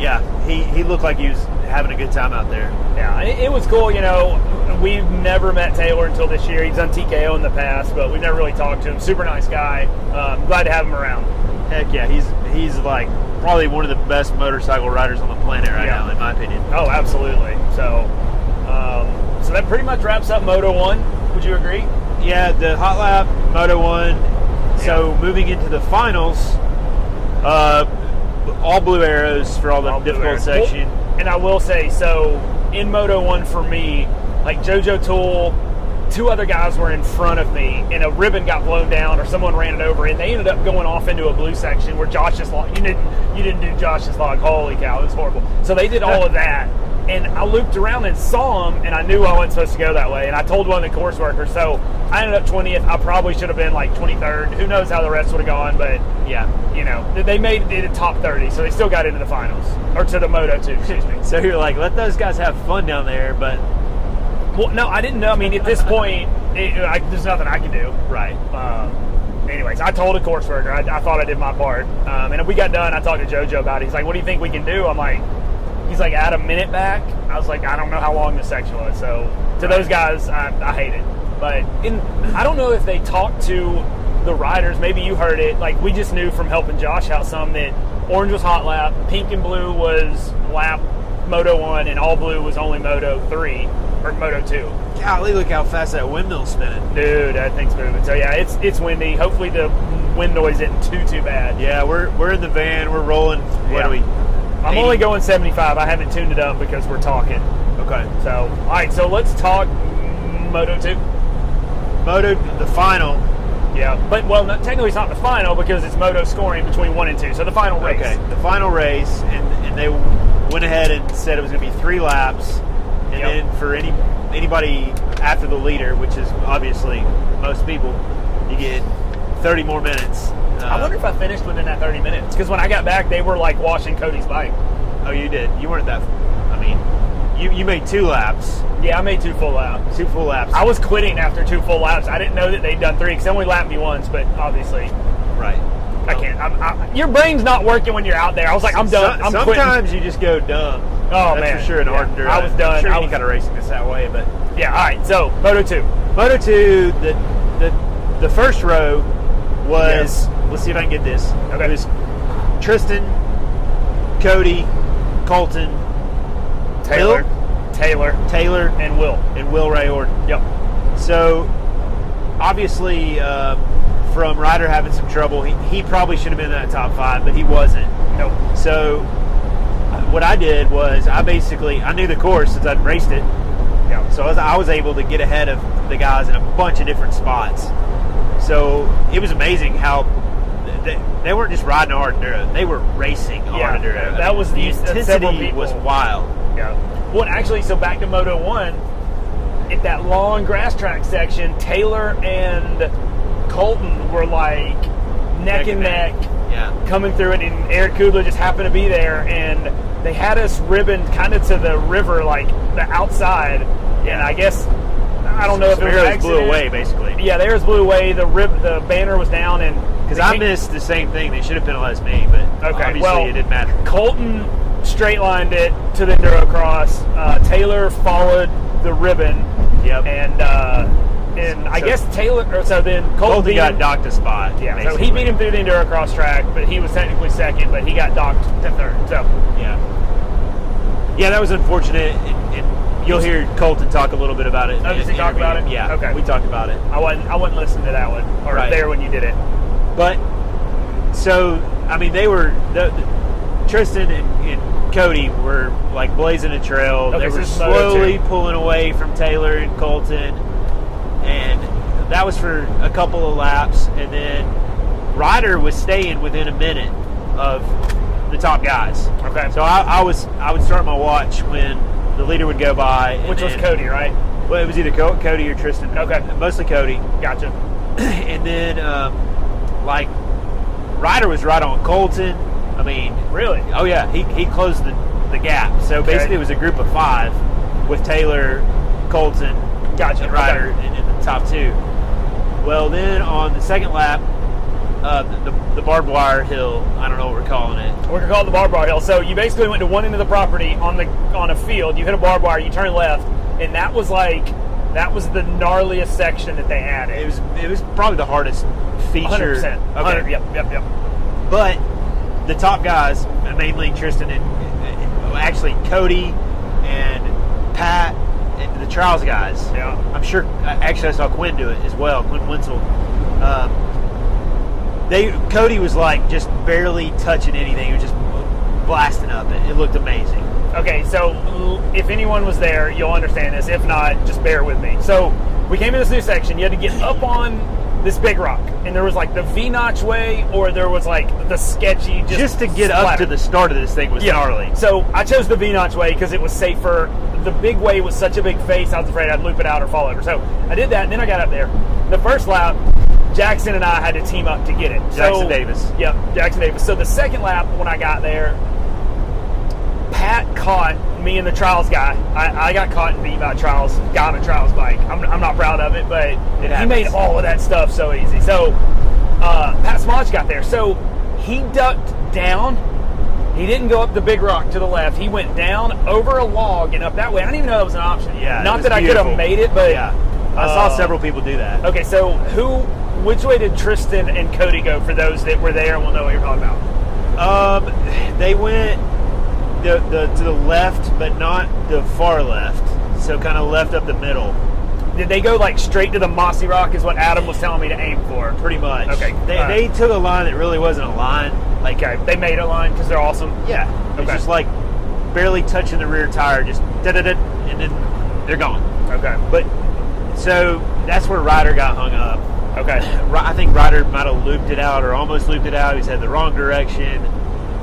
S4: yeah, he, he looked like he was having a good time out there.
S2: Yeah, it, it was cool. You know, we've never met Taylor until this year. He's done TKO in the past, but we've never really talked to him. Super nice guy. Um, glad to have him around.
S4: Heck yeah, he's he's like probably one of the best motorcycle riders on the planet right
S2: Yeah.
S4: now, in my opinion.
S2: Oh, absolutely. So, um, so that pretty much wraps up Moto One. Would you agree?
S4: Yeah, the hot lap, Moto One. So moving into the finals, uh, all blue arrows for all the difficult section.
S2: Well, And I will say, so in Moto One for me, like JoJo Tool, two other guys were in front of me, and a ribbon got blown down, or someone ran it over, and they ended up going off into a blue section where Josh's log. You didn't, you didn't do Josh's log. Holy cow, it was horrible. So they did all of that, and I looped around and saw them, and I knew I wasn't supposed to go that way, and I told one of the course workers. So I ended up 20th. I probably should have been like 23rd. Who knows how the rest would have gone, but
S4: Yeah.
S2: you know, they- they made it to top 30, so they still got into the finals, or to the Moto 2, excuse me.
S4: So you're like, let those guys have fun down there, but
S2: Well, no, I didn't know. I mean, at this point, it, I, there's nothing I can do.
S4: right.
S2: Um, anyways, I told a courseworker, I, I thought I did my part. Um, and we got done, I talked to JoJo about it. He's like, what do you think we can do? I'm like, he's like, add a minute back. I was like, I don't know how long this section was, so To those guys, I, I hate it. But in, I don't know if they talked to the riders. Maybe you heard it. Like we just knew from helping Josh out some that orange was hot lap, pink and blue was lap Moto one, and all blue was only Moto three or Moto two.
S1: Golly, look how fast that windmill's spinning.
S2: Dude, that thing's moving. So yeah, it's it's windy. Hopefully the wind noise isn't too too bad.
S1: Yeah, we're we're in the van. We're rolling. What
S2: Yeah.
S1: are we?
S2: I'm
S1: 80?
S2: only going 75. I haven't tuned it up because we're talking.
S1: Okay.
S2: So all right, so let's talk Moto two.
S1: Moto the final.
S2: Yeah, but well, no, technically it's not the final because it's Moto scoring between one and two. So the final race.
S1: Okay, the final race, and, and they went ahead and said it was going to be three laps, and
S2: Yep.
S1: then for any anybody after the leader, which is obviously most people, you get 30 more minutes. Uh,
S2: I wonder if I finished within that 30 minutes because when I got back, they were like washing Cody's bike.
S1: oh, you did. You weren't that. I mean, you you made two laps,
S2: Yeah, I made two full laps.
S1: two full laps.
S2: I was quitting after two full laps. I didn't know that they'd done three because they only lapped me once. But obviously,
S1: right.
S2: I can't. I'm, I, your brain's not working when you're out there. I was like, I'm done.
S1: Some-
S2: I'm quitting.
S1: sometimes you just go dumb.
S2: Oh,
S1: That's
S2: man.
S1: for sure. An
S2: Yeah.
S1: hard enduro.
S2: I was
S1: I'm
S2: done.
S1: Sure
S2: I
S1: any
S2: was-
S1: kind of racing is that way, but
S2: Yeah. All right. So Moto two.
S1: Moto two, the the the first row was let's see if I can get this.
S2: Okay.
S1: It was Tristan, Cody, Colton,
S2: Taylor, Taylor,
S1: Taylor,
S2: and Will.
S1: and Will Ray Orton.
S2: Yep.
S1: So obviously, uh, from Ryder having some trouble, he, he probably should have been in that top five, but he wasn't.
S2: Nope.
S1: So uh, what I did was I basically I knew the course since I'd raced it.
S2: Yeah.
S1: So I was, I was able to get ahead of the guys in a bunch of different spots. So it was amazing how th- they, they weren't just riding a hard enduro; they were racing a
S2: Yeah,
S1: hard enduro.
S2: that was the- that's several
S1: intensity
S2: people.
S1: was wild.
S2: Yeah. Well, actually, so back to Moto One, at that long grass track section, Taylor and Colton were like neck, and neck,
S1: Yeah,
S2: coming through it, and Eric Kudla just happened to be there, and they had us ribboned kind of to the river, like the outside, and I guess I don't know if
S1: Some
S2: it was an
S1: arrows blew
S2: accident.
S1: away basically.
S2: Yeah, theirs blew away. The rib, the banner was down, and
S1: because
S2: they
S1: I
S2: kicked-
S1: missed the same thing. They should have penalized me, but
S2: Okay,
S1: obviously
S2: well-
S1: it didn't matter.
S2: Colton straight lined it to the enduro cross. Uh, Taylor followed the ribbon.
S1: Yep.
S2: And uh, and I
S1: So-
S2: guess Taylor. Or so then Colton,
S1: Colton
S2: beat
S1: got
S2: him-
S1: docked a spot.
S2: Yeah. So
S1: basically.
S2: he beat him through the enduro cross track, but he was technically second, but he got docked to third. So
S1: Yeah. Yeah, that was unfortunate. It, it, you'll hear Colton talk a little bit about it.
S2: Oh, does he
S1: in the
S2: talk about
S1: interview.
S2: it?
S1: Yeah.
S2: Okay.
S1: We talked about it.
S2: I wasn't I wasn't listening to that one or
S1: Right.
S2: there when you did it.
S1: But so I mean, they were the, the- Tristan and, and Cody were like blazing a trail.
S2: Okay,
S1: they
S2: so
S1: were
S2: this is Moto
S1: slowly
S2: two.
S1: pulling away from Taylor and Colton, and that was for a couple of laps, and then Ryder was staying within a minute of the top guys.
S2: Okay.
S1: So I, I was I would start my watch when the leader would go by, and
S2: Which was
S1: then-
S2: Cody, right?
S1: Well, it was either Co- Cody or Tristan.
S2: Okay.
S1: mostly Cody
S2: Gotcha.
S1: and then um, like Ryder was right on Colton. I mean,
S2: Really?
S1: oh yeah, he, he closed the, the gap. So
S2: Okay.
S1: basically, it was a group of five with Taylor, Colton,
S2: Gotcha.
S1: and Ryder
S2: Okay.
S1: in, in the top two. Well, then on the second lap, uh, the, the barbed wire hill, I don't know what we're calling it.
S2: We're gonna call it the barbed wire hill. So you basically went to one end of the property on the on a field. You hit a barbed wire. You turn left, and that was like that was the gnarliest section that they
S1: It
S2: added.
S1: was it was probably the hardest feature.
S2: 100%.
S1: Okay.
S2: 100, Yep. Yep. Yep.
S1: But the top guys, mainly Tristan and and- well, actually Cody and Pat and the trials guys.
S2: Yeah.
S1: I'm sure. Actually, I saw Quinn do it as well. Quinn Wenzel. Um, they Cody was like just barely touching anything. He was just blasting up it. It looked amazing.
S2: Okay, so l- if anyone was there, you'll understand this. If not, just bear with me. So we came in this new section. You had to get up on this big rock, and there was like the V notch way, or there was like the sketchy. Just,
S1: Just, to get up
S2: splatter.
S1: to the start of this thing was gnarly.
S2: So I chose the V notch way because it was safer. The big way was such a big face, I was afraid I'd loop it out or fall over. So I did that, and then I got up there. The first lap, Jackson and I had to team up to get it.
S1: Jackson
S2: so,
S1: Davis.
S2: Yep, Jackson Davis. So the second lap, when I got there, Pat caught me and the trials guy. I, I got caught and beat by a trials guy on a trials bike. I'm, I'm not proud of it, but he
S1: happens.
S2: made all of that stuff so easy. So uh, Pat Smodge got there. So he ducked down. He didn't go up the big rock to the left. He went down over a log and up that way. I didn't even know that was an option.
S4: Yeah, it
S2: Not
S4: was
S2: that I could
S4: beautiful.
S2: have made it, but
S4: Yeah, I saw
S2: uh,
S4: several people do that.
S2: Okay, so who? Which way did Tristan and Cody go? For those that were there and will know what you're talking about.
S4: Um, they went the, the to the left, but not the far left. So kind of left up the middle,
S2: Did they go like straight to the mossy rock? Is what Adam was telling me to aim for.
S4: pretty much.
S2: Okay,
S4: They,
S2: all
S4: they
S2: right.
S4: took a line that really wasn't a line. Like
S2: Okay, they made a line because they're awesome.
S4: yeah, it's
S2: Okay.
S4: just like barely touching the rear tire, just da da da, and then they're gone.
S2: Okay,
S4: But so that's where Ryder got hung up.
S2: okay,
S4: Ry- I think Ryder might have looped it out or almost looped it out. He's had the wrong direction,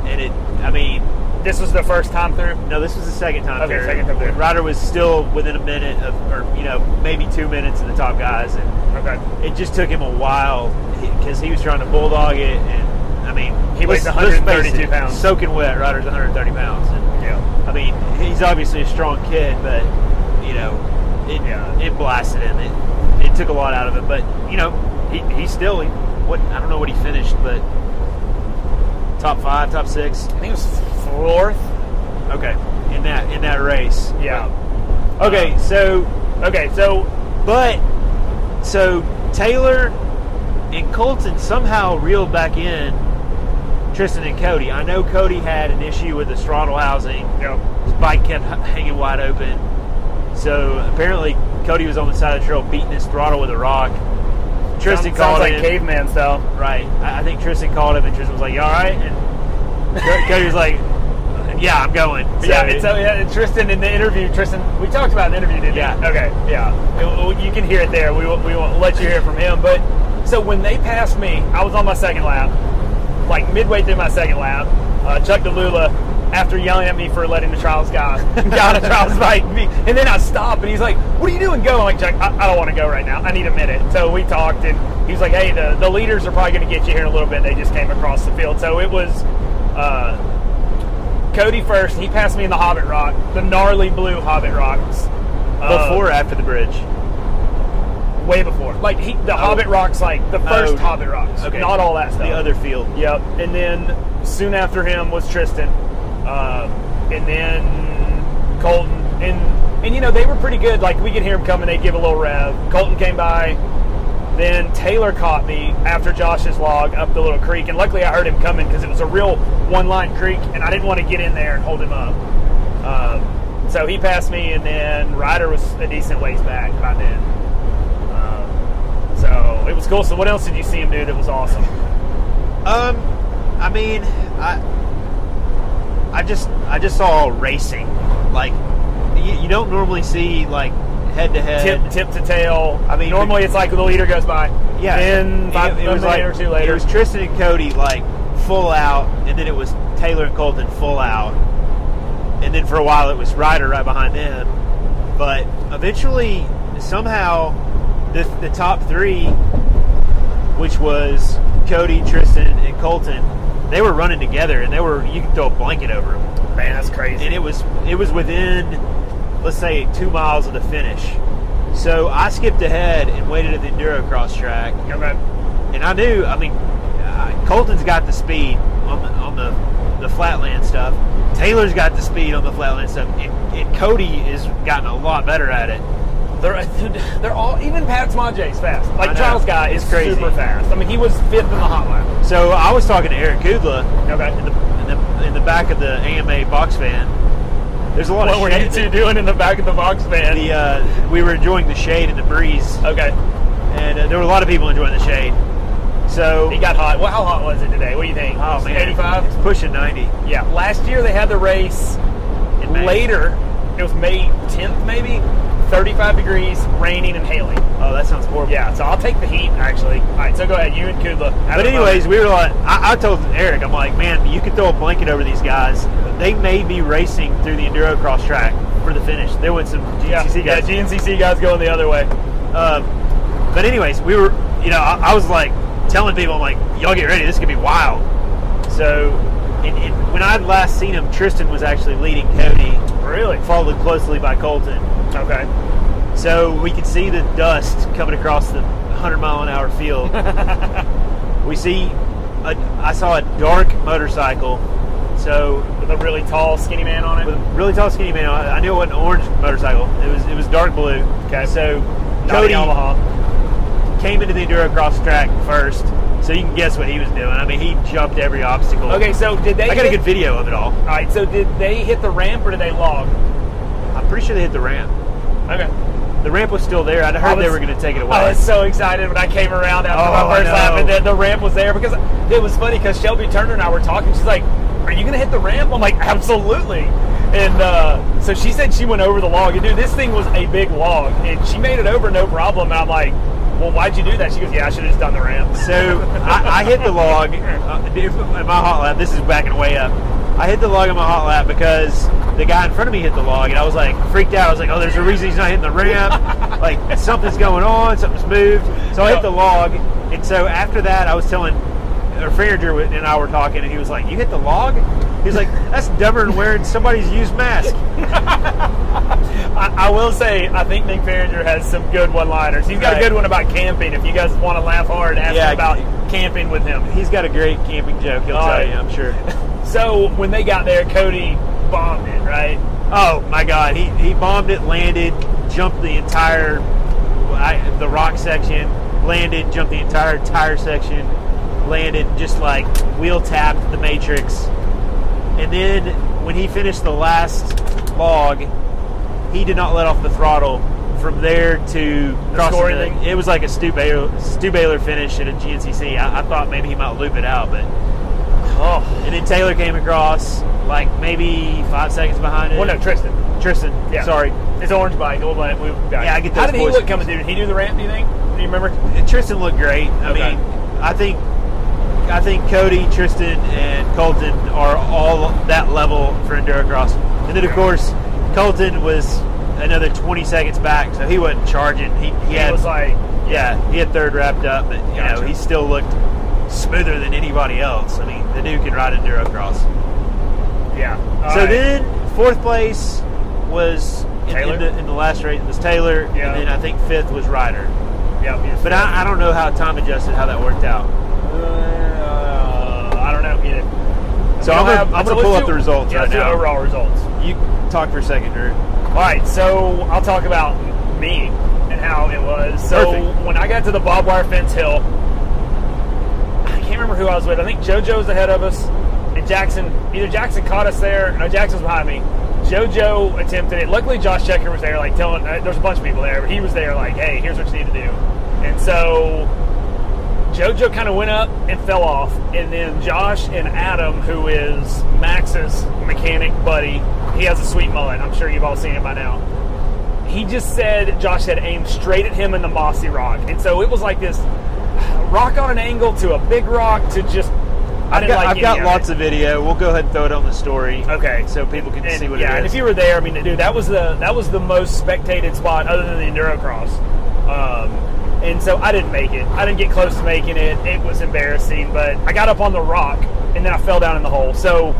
S4: and it. I mean,
S2: this was the first time through.
S4: No, this was the second time.
S2: Okay,
S4: period.
S2: second time period.
S4: Ryder was still within a minute of, or you know, maybe two minutes of the top guys, and
S2: Okay,
S4: it just took him a while because he was trying to bulldog it, and I mean,
S2: He weighs
S4: let's- let's face
S2: 132
S4: it,
S2: pounds.
S4: soaking wet. Ryder's 130 pounds, and
S2: yeah,
S4: I mean, he's obviously a strong kid, but you know, it
S2: Yeah.
S4: it blasted him. It it took a lot out of him, but you know, he he still he, what I don't know what he finished, but top five, top six.
S2: I think it was fourth.
S4: Okay, in that in that race.
S2: Yeah. Uh-huh.
S4: Okay, so
S2: Okay, so
S4: but so Taylor and Colton somehow reeled back in Tristan and Cody. I know Cody had an issue with his throttle housing.
S2: yeah,
S4: His bike kept h- hanging wide open. So apparently Cody was on the side of the trail beating his throttle with a rock. Tristan
S2: sounds,
S4: called
S2: sounds like
S4: him.
S2: caveman style.
S4: Right. I I think Tristan called him and Tristan was like, "You all right?" And Co- Cody was like, "Yeah, I'm going." So-
S2: yeah, it's, so yeah, Tristan in the interview. Tristan, we talked about it in the interview, didn't
S4: Yeah.
S2: we? Okay. Yeah. You- You can hear it there. We will, we will let you hear it from him. But so when they passed me, I was on my second lap, like midway through my second lap. Uh, Chuck DeLula, after yelling at me for letting the trials guy got a trials bike, me, and then I stop and he's like, "What are you doing? Go!" I'm like, "Chuck, I, I don't want to go right now. I need a minute." So we talked, and he was like, "Hey, the, the leaders are probably going to get you here in a little bit. They just came across the field." So it was. Uh, Cody first. He passed me in the Hobbit Rock, the gnarly blue Hobbit Rocks. Uh,
S4: before or after the bridge.
S2: way before, like he, the Hobbit Rocks, like the first
S4: Oh.
S2: Hobbit Rocks,
S4: Okay.
S2: not all that stuff.
S4: The other field.
S2: Yep. And then soon after him was Tristan, uh, and then Colton, and and you know they were pretty good. Like we could hear him coming, they give a little rev. Colton came by, then Taylor caught me after Josh's log up the little creek, and luckily I heard him coming because it was a real one line creek, and I didn't want to get in there and hold him up. Um, so he passed me, and then Ryder was a decent ways back by then. Um, so it was cool. So what else did you see him do that was awesome?
S4: Um, I mean, I, I just, I just saw racing. Like, you, you don't normally see like head to
S2: tip
S4: head.
S2: tip to tail. I
S4: I
S2: mean,
S4: mean,
S2: normally it's like the leader goes by.
S4: Yeah,
S2: Then five, a minute or two later.
S4: It was Tristan and Cody like full out, and then it was Taylor and Colton full out, and then for a while it was Ryder right behind them. But eventually, somehow, the the top three, which was Cody, Tristan, and Colton, they were running together, and they were you could throw a blanket over them.
S2: man, that's crazy.
S4: and it was it was within let's say two miles of the finish. So I skipped ahead and waited at the enduro cross track,
S2: Okay.
S4: and I knew I mean uh, Colton's got the speed on the, on the the flatland stuff. Taylor's got the speed on the flatland stuff, and, and Cody has gotten a lot better at it.
S2: They're, dude, they're all even Pat Smaje's fast.
S4: I
S2: Like
S4: know.
S2: Charles guy is
S4: It's crazy.
S2: super fast. I mean, he was fifth in the hot lap.
S4: So I was talking to Eric Kudla
S2: Okay.
S4: in the, in the in the back of the AMA box van. There's a lot
S2: What
S4: of
S2: were
S4: shade
S2: you two doing in the back of the box van?
S4: The, uh, we were enjoying the shade and the breeze
S2: okay.
S4: and uh, there were a lot of people enjoying the shade. So,
S2: He got hot. Well, how hot was it today? What do you think?
S4: oh man,
S2: 85.
S4: it's pushing ninety.
S2: Yeah. Last year they had the race
S4: In May.
S2: later. It was May 10th, maybe. 35 degrees, raining and hailing.
S4: Oh, that sounds horrible.
S2: Yeah, so I'll take the heat actually. All right, so go ahead, you and Kudla.
S4: But anyways, we were like, I, I told Eric, I'm like, man, you could throw a blanket over these guys. They may be racing through the enduro cross track for the finish. There went some
S2: yeah,
S4: GCC
S2: yeah,
S4: guys.
S2: GNCC guys going the other way.
S4: Um, but anyways, we were, you know, I, I was like telling people, I'm like, y'all get ready, this could be wild. So, and, and when I'd last seen him, Tristan was actually leading Cody,
S2: Really?
S4: followed closely by Colton.
S2: Okay.
S4: So we could see the dust coming across the 100 mile an hour field. we see, a, I saw a dark motorcycle So
S2: with a really tall, skinny man on it.
S4: with a really tall skinny man, I I knew it wasn't an orange motorcycle. It was it was dark blue.
S2: Okay.
S4: So
S2: Not
S4: Cody
S2: in Omaha.
S4: came into the enduro cross track first, so you can guess what he was doing. I mean, he jumped every obstacle.
S2: Okay, so did they?
S4: I got a
S2: hit-
S4: good video of it all.
S2: All right, so did they hit the ramp or did they log?
S4: I'm pretty sure they hit the ramp.
S2: Okay.
S4: The ramp was still there. I'd
S2: I
S4: heard they
S2: was-
S4: were going to take it
S2: I
S4: away.
S2: was so excited when I came around after
S4: Oh,
S2: my
S4: I
S2: first lap, and
S4: know.
S2: the, the ramp was there because it was funny because Shelby Turner and I were talking. She's like, "Are you gonna hit the ramp?" I'm like, "Absolutely." And uh, so she said she went over the log, and dude, this thing was a big log, and she made it over no problem. And I'm like, "Well, why'd you do that?" She goes, "Yeah, I should have just done the ramp."
S4: So I, I hit the log uh, in my hot lap. This is backing way up. I hit the log in my hot lap because the guy in front of me hit the log, and I was like freaked out. I was like, "Oh, there's a reason he's not hitting the ramp. like something's going on. Something's moved." So I hit the log, and so after that, I was telling our Fringer and I were talking, and he was like, "You hit the log." He's like, "That's dumber than wearing somebody's used mask."
S2: I, I will say, I think Nick Farringer has some good one-liners. He's got
S4: Right.
S2: a good one about camping. If you guys want to laugh hard, ask
S4: Yeah,
S2: him about camping with him.
S4: He's got a great camping joke. He'll
S2: Oh,
S4: tell you,
S2: yeah.
S4: I'm sure.
S2: So when they got there, Cody bombed it, right?
S4: Oh my God! He he bombed it, landed, jumped the entire I, the rock section, landed, jumped the entire tire section, landed, just like wheel tapped the matrix, and then when he finished the last log, he did not let off the throttle. From there to crossing
S2: scoring
S4: the-
S2: thing?
S4: it was like a Stu Baylor, Stu Baylor finish at a GNCC. I, I thought maybe he might loop it out, but
S2: Oh,
S4: and then Taylor came across like maybe five seconds behind it.
S2: well, no, Tristan.
S4: Tristan,
S2: Yeah.
S4: sorry.
S2: His orange bike. We'll let, we
S4: Yeah, I get
S2: How
S4: those
S2: did he
S4: boys
S2: look coming, dude? Did he do the ramp? Do you think? Do you remember?
S4: Tristan looked great. I
S2: Okay.
S4: mean, I think I think Cody, Tristan, and Colton are all that level for endurocross. And then of course, Colton was another 20 seconds back, so he wasn't charging. He, he,
S2: He
S4: had
S2: was like,
S4: yeah, he had third wrapped up, but you know
S2: Gotcha.
S4: he still looked smoother than anybody else. I mean, the dude can ride endurocross.
S2: yeah. all
S4: so
S2: right.
S4: then fourth place was in,
S2: Taylor?
S4: in, the, in the last race was Taylor,
S2: Yeah.
S4: and then I think fifth was Ryder.
S2: yeah, he was
S4: But I, I don't know how time adjusted how that worked out.
S2: Uh, I don't know. Either.
S4: So
S2: We
S4: I'm
S2: don't
S4: gonna,
S2: have-
S4: I'm
S2: so let's
S4: gonna pull up
S2: do-
S4: the results
S2: yeah,
S4: right
S2: let's do
S4: now.
S2: Overall results.
S4: You talk for a second, Drew.
S2: All right, so I'll talk about me and how it was. So
S4: Perfect.
S2: when I got to the barbed wire fence hill, I can't remember who I was with. I think JoJo was ahead of us, and Jackson. Either Jackson caught us there. No, Jackson's behind me. JoJo attempted it. Luckily, Josh Checker was there, like telling. Uh, There's a bunch of people there, but he was there, like, "Hey, here's what you need to do." And so JoJo kind of went up and fell off, and then Josh and Adam, who is Max's mechanic buddy, he has a sweet mullet. I'm sure you've all seen it by now. He just said, Josh said, aim straight at him in the mossy rock, and so it was like this rock on an angle to a big rock to just. I
S4: I've
S2: didn't
S4: got,
S2: like
S4: I've got lots
S2: of.
S4: of video. We'll go ahead and throw it on the story.
S2: Okay.
S4: So people can
S2: And,
S4: see what
S2: yeah,
S4: it
S2: and
S4: is.
S2: if you were there, I mean, dude, that was the that was the most spectated spot other than the endurocross. Um, and so I didn't make it. I didn't get close to making it. It was embarrassing, but I got up on the rock and then I fell down in the hole. So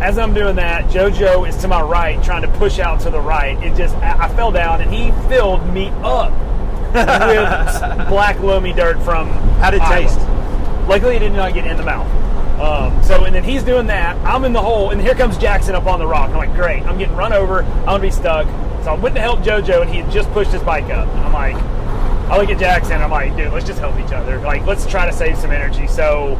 S2: as I'm doing that, JoJo is to my right, trying to push out to the right. It just I, I fell down and he filled me up with black loamy dirt from
S4: How'd it
S2: Iowa.
S4: taste?
S2: Luckily, it did not get in the mouth. Um, so, and then he's doing that. I'm in the hole, and here comes Jackson up on the rock. I'm like, great, I'm getting run over. I'm gonna be stuck. So I went to help JoJo, and he had just pushed his bike up. And I'm like, I look at Jackson. I'm like, dude, let's just help each other. Like, let's try to save some energy. So,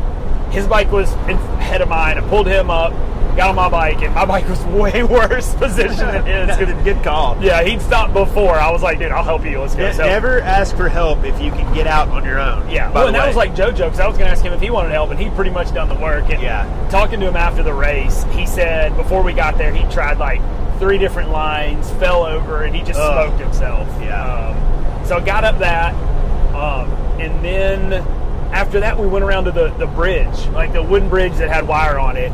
S2: his bike was in- ahead of mine. I pulled him up, got on my bike, and my bike was way worse position than his. 'cause-
S4: good call.
S2: yeah, he'd stopped before. I was like, dude, I'll help you. Let's go.
S4: Ne-
S2: So-
S4: Never ask for help if you can get out on your own.
S2: yeah,
S4: By
S2: well,
S4: the
S2: and that
S4: way.
S2: was like JoJo because I was going to ask him if he wanted help, and he pretty much done the work. And
S4: Yeah.
S2: talking to him after the race, he said before we got there, he tried like three different lines, fell over, and he just
S4: Ugh.
S2: smoked himself. Yeah. Um, so I got up that, um, and then after that, we went around to the the bridge, like the wooden bridge that had wire on it.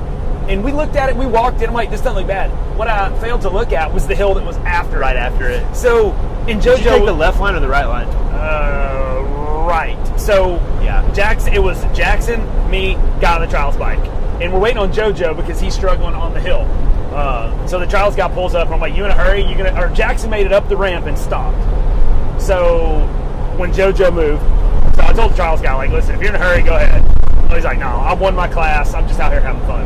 S2: And we looked at it, we walked it. I'm like, this doesn't look bad. What I failed to look at was the hill that was after.
S4: right
S2: it.
S4: after it.
S2: So, and JoJo.
S4: Did you take the left line or the right line?
S2: Uh, right. So
S4: Yeah.
S2: Jackson. It was Jackson, me, guy on the trials bike, and we're waiting on JoJo because he's struggling on the hill. Uh, so the trials guy pulls up. and I'm like, "You in a hurry? You gonna?" Or Jackson made it up the ramp and stopped. So when JoJo moved, so I told the trials guy, "Like, listen, if you're in a hurry, go ahead." He's like, "No, I won my class. I'm just out here having fun."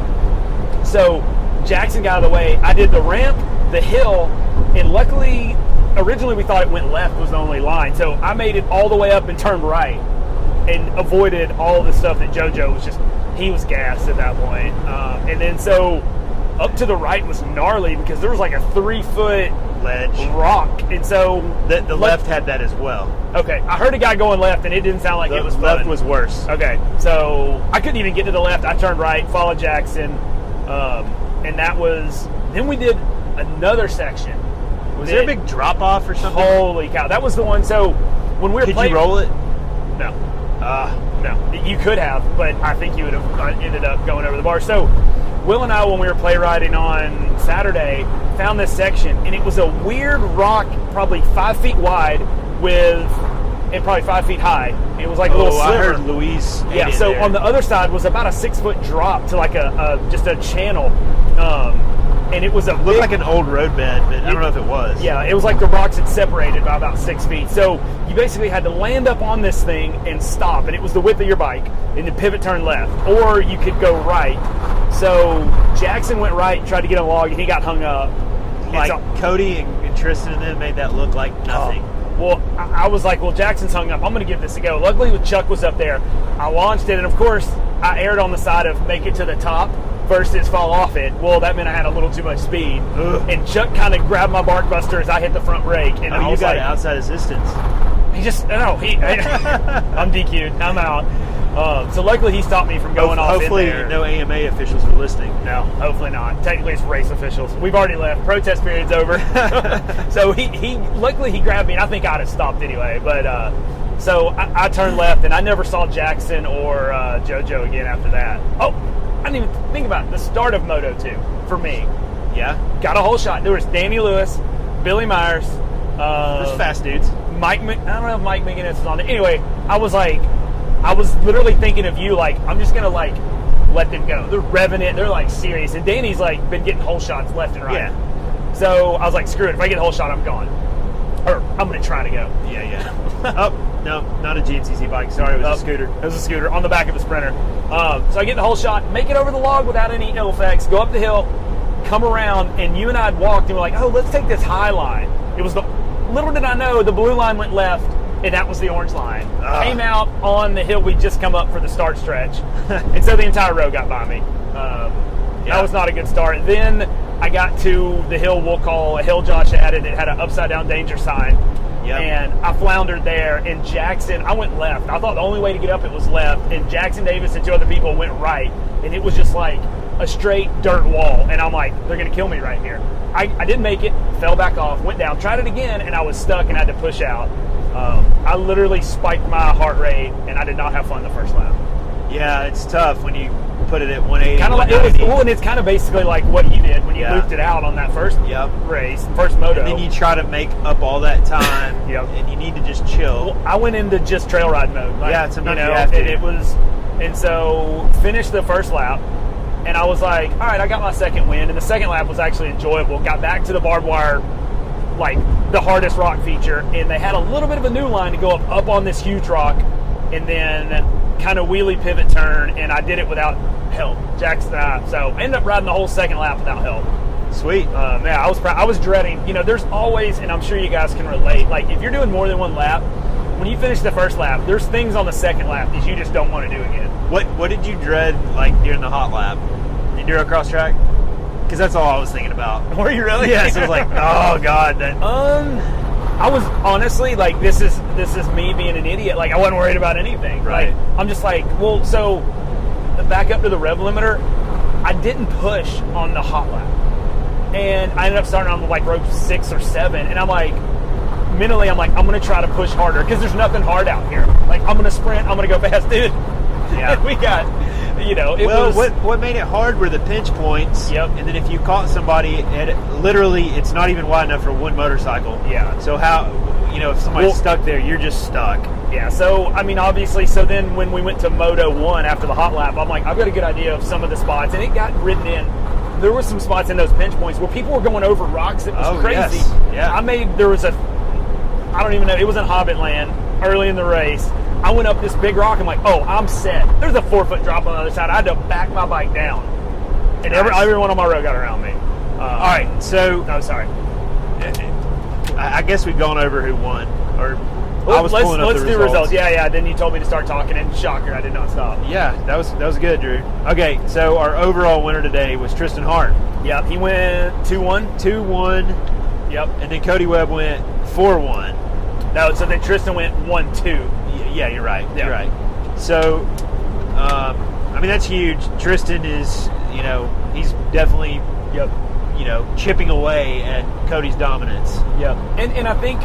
S2: So Jackson got out of the way. I did the ramp, the hill, and luckily, originally we thought it went left was the only line. So I made it all the way up and turned right and avoided all the stuff that JoJo was just, he was gassed at that point. Um, and then so up to the right was gnarly because there was like a three foot
S4: Ledge.
S2: rock. And so
S4: The, the
S2: Like-
S4: left had that as well.
S2: Okay, I heard a guy going left, and it didn't sound like
S4: The
S2: it was
S4: left
S2: fun.
S4: was worse.
S2: okay. So I couldn't even get to the left. I turned right, followed Jackson, um, and that was. Then we did another section.
S4: Was there a
S2: that-
S4: big drop off or something?
S2: Holy cow! That was the one. So when we were
S4: Did
S2: playing,
S4: you roll it?
S2: No,
S4: Uh,
S2: no, you could have, but I think you would have uh, ended up going over the bar. So, Will and I, when we were play riding on Saturday, found this section, and it was a weird rock, probably five feet wide, with and probably five feet high. It was like a little
S4: oh, I
S2: sliver.
S4: heard Luis. ate
S2: yeah.
S4: it
S2: So
S4: there.
S2: on the other side was about a six foot drop to like a, a just a channel, um, and it was a
S4: looked
S2: big-
S4: like an old roadbed, but I don't know if it was.
S2: yeah, it was like the rocks had separated by about six feet. So you basically had to land up on this thing and stop, and it was the width of your bike, and then pivot turn left, or you could go right. So Jackson went right, and tried to get on a log, and he got hung up.
S4: Like
S2: And so-
S4: Cody and, and Tristan and them made that look like
S2: Oh.
S4: nothing.
S2: well, I, I was like, well, Jackson's hung up. I'm going to give this a go. Luckily, with Chuck was up there, I launched it, and of course, I aired on the side of make it to the top versus fall off it. Well, that meant I had a little too much speed,
S4: Ugh.
S2: and Chuck kind of grabbed my bark buster as I hit the front brake, and
S4: Oh,
S2: I
S4: you
S2: was
S4: got
S2: like,
S4: outside assistance.
S2: He just no. He, I'm DQ'd. I'm out. Um, so luckily, he stopped me from going
S4: Ho-
S2: off. in
S4: Hopefully,
S2: there.
S4: no AMA officials are listening.
S2: No, hopefully not. Technically, it's race officials. We've already left. Protest period's over. so he, he, luckily, he grabbed me. and I think I'd have stopped anyway. But uh, so I, I turned left, and I never saw Jackson or uh, JoJo again after that. Oh, I didn't even think about it. the start of Moto 2 for me.
S4: Yeah,
S2: Got a whole shot. There was Danny Lewis, Billy Myers. Uh,
S4: those fast dudes.
S2: Mike, Mc- I don't know if Mike McGinnis was on it. Anyway, I was like, I was literally thinking of you. Like, I'm just gonna like let them go. They're revving it. They're like serious. And Danny's like been getting whole shots left and right.
S4: Yeah.
S2: So I was like, screw it. If I get a whole shot, I'm gone. Or I'm gonna try to go.
S4: Yeah, yeah. oh no, not a GMCC bike. Sorry, it was
S2: Up.
S4: a scooter.
S2: It was a scooter on the back of a sprinter. Um, so I get the whole shot, make it over the log without any ill effects. Go up the hill, come around, and you and I had walked and we're like, oh, let's take this high line. It was the little did I know the blue line went left, and that was the orange line.
S4: Ah.
S2: Came out on the hill we just come up for the start stretch, and so the entire row got by me. Um,
S4: Yeah.
S2: That was not a good start. Then I got to the hill we'll call a hill Josh had, and it had an upside down danger sign.
S4: Yep.
S2: And I floundered there, and Jackson, I went left. I thought the only way to get up it was left, and Jackson Davis and two other people went right, and it was just like a straight dirt wall. And I'm like, they're gonna kill me right here. I, I did make it, fell back off, went down, tried it again, and I was stuck and had to push out. Um, I literally spiked my heart rate, and I did not have fun the first lap.
S4: Yeah, it's tough when you put it at 180.
S2: Kind of like it was
S4: 190,
S2: cool, and it's kind of basically like what you did when you
S4: Yeah.
S2: looped it out on that first
S4: Yep.
S2: race, first moto.
S4: And then you try to make up all that time.
S2: Yep.
S4: And you need to just chill.
S2: Well, I went into just trail ride mode. Like,
S4: Yeah, sometimes
S2: you, know,
S4: you have to.
S2: And it was, and so finished the first lap, and I was like, all right, I got my second win, and the second lap was actually enjoyable. Got back to the barbed wire, like the hardest rock feature, and they had a little bit of a new line to go up up on this huge rock, and then kind of wheelie pivot turn, and I did it without help, Jackson. And I, so I ended up riding the whole second lap without help.
S4: Sweet.
S2: Um, yeah, I was proud. I was dreading. You know, there's always, and I'm sure you guys can relate. Like if you're doing more than one lap, when you finish the first lap, there's things on the second lap that you just don't want to do again.
S4: What What did you dread like during the hot lap? Enduro cross track? Because that's all I was thinking about.
S2: Were you really?
S4: Yes, I was like, oh god, that.
S2: Um, I was honestly like, this is this is me being an idiot. Like I wasn't worried about anything.
S4: Right.
S2: Like, I'm just like, well, so back up to the rev limiter. I didn't push on the hot lap, and I ended up starting on like rope six or seven, and I'm like, mentally, I'm like, I'm gonna try to push harder because there's nothing hard out here. Like I'm gonna sprint, I'm gonna go fast, dude.
S4: Yeah.
S2: we got, you know, it
S4: well,
S2: was.
S4: what what made it hard were the pinch points.
S2: Yep.
S4: And then if you caught somebody, it literally it's not even wide enough for one motorcycle.
S2: Yeah.
S4: So how, you know, if somebody's
S2: Well-
S4: stuck there, you're just stuck.
S2: Yeah, so I mean, obviously, so then when we went to Moto One after the hot lap, I'm like, I've got a good idea of some of the spots, and it got written in. There were some spots in those pinch points where people were going over rocks. It was
S4: Oh,
S2: crazy.
S4: yes. Yeah.
S2: I made there was a, I don't even know. It was in Hobbit Land early in the race. I went up this big rock. I'm like, oh, I'm set. There's a four foot drop on the other side. I had to back my bike down. and every, every one on my road got around me. Um, All
S4: All right, so
S2: No, sorry.
S4: I I guess we've gone over who won, or I was
S2: Oh, Let's, let's,
S4: pulling up the
S2: do results. Yeah, yeah. Then you told me to start talking, and shocker, I did not stop.
S4: Yeah, that was that was good, Drew. Okay, so our overall winner today was Tristan Hart,
S2: Yep, he went two one.
S4: two one,
S2: Yep.
S4: and then Cody Webb went four one.
S2: No, so then Tristan went one two.
S4: Yeah, you're right.
S2: Yeah.
S4: You're right. So, um, I mean that's huge. Tristan is, you know, he's definitely,
S2: Yep.
S4: you know, chipping away at Cody's dominance.
S2: Yeah, and and I think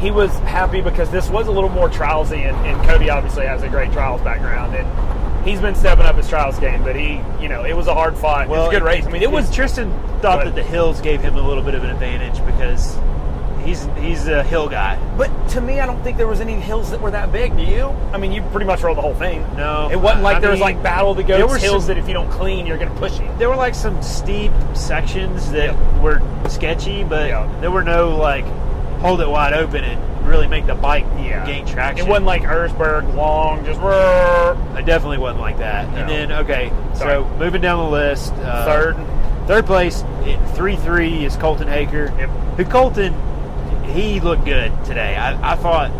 S2: he was happy because this was a little more trialsy, and, and Cody obviously has a great trials background, and he's been stepping up his trials game. But he, you know, it was a hard fight. it was a good race. I mean, it was
S4: Tristan thought
S2: Go ahead.
S4: that the hills gave him a little bit of an advantage because he's he's a hill guy.
S2: But to me, I don't think there was any hills that were that big. Do you? I mean, you pretty much rolled the whole thing.
S4: No,
S2: it wasn't like
S4: I
S2: there was
S4: mean,
S2: like battle of the
S4: there
S2: goats
S4: were
S2: hills
S4: some-
S2: that if you don't clean, you're gonna push him.
S4: There were like some steep sections that
S2: Yeah.
S4: were sketchy, but
S2: Yeah.
S4: there were no like hold it wide open and really make the bike gain traction.
S2: It wasn't like Erzberg long, just rrrr.
S4: It definitely wasn't like that.
S2: No.
S4: And then okay,
S2: Sorry.
S4: so moving down the list, uh,
S2: Third.
S4: third place at three three is Colton Haker.
S2: Yep.
S4: Who Colton? He looked good today. I, I thought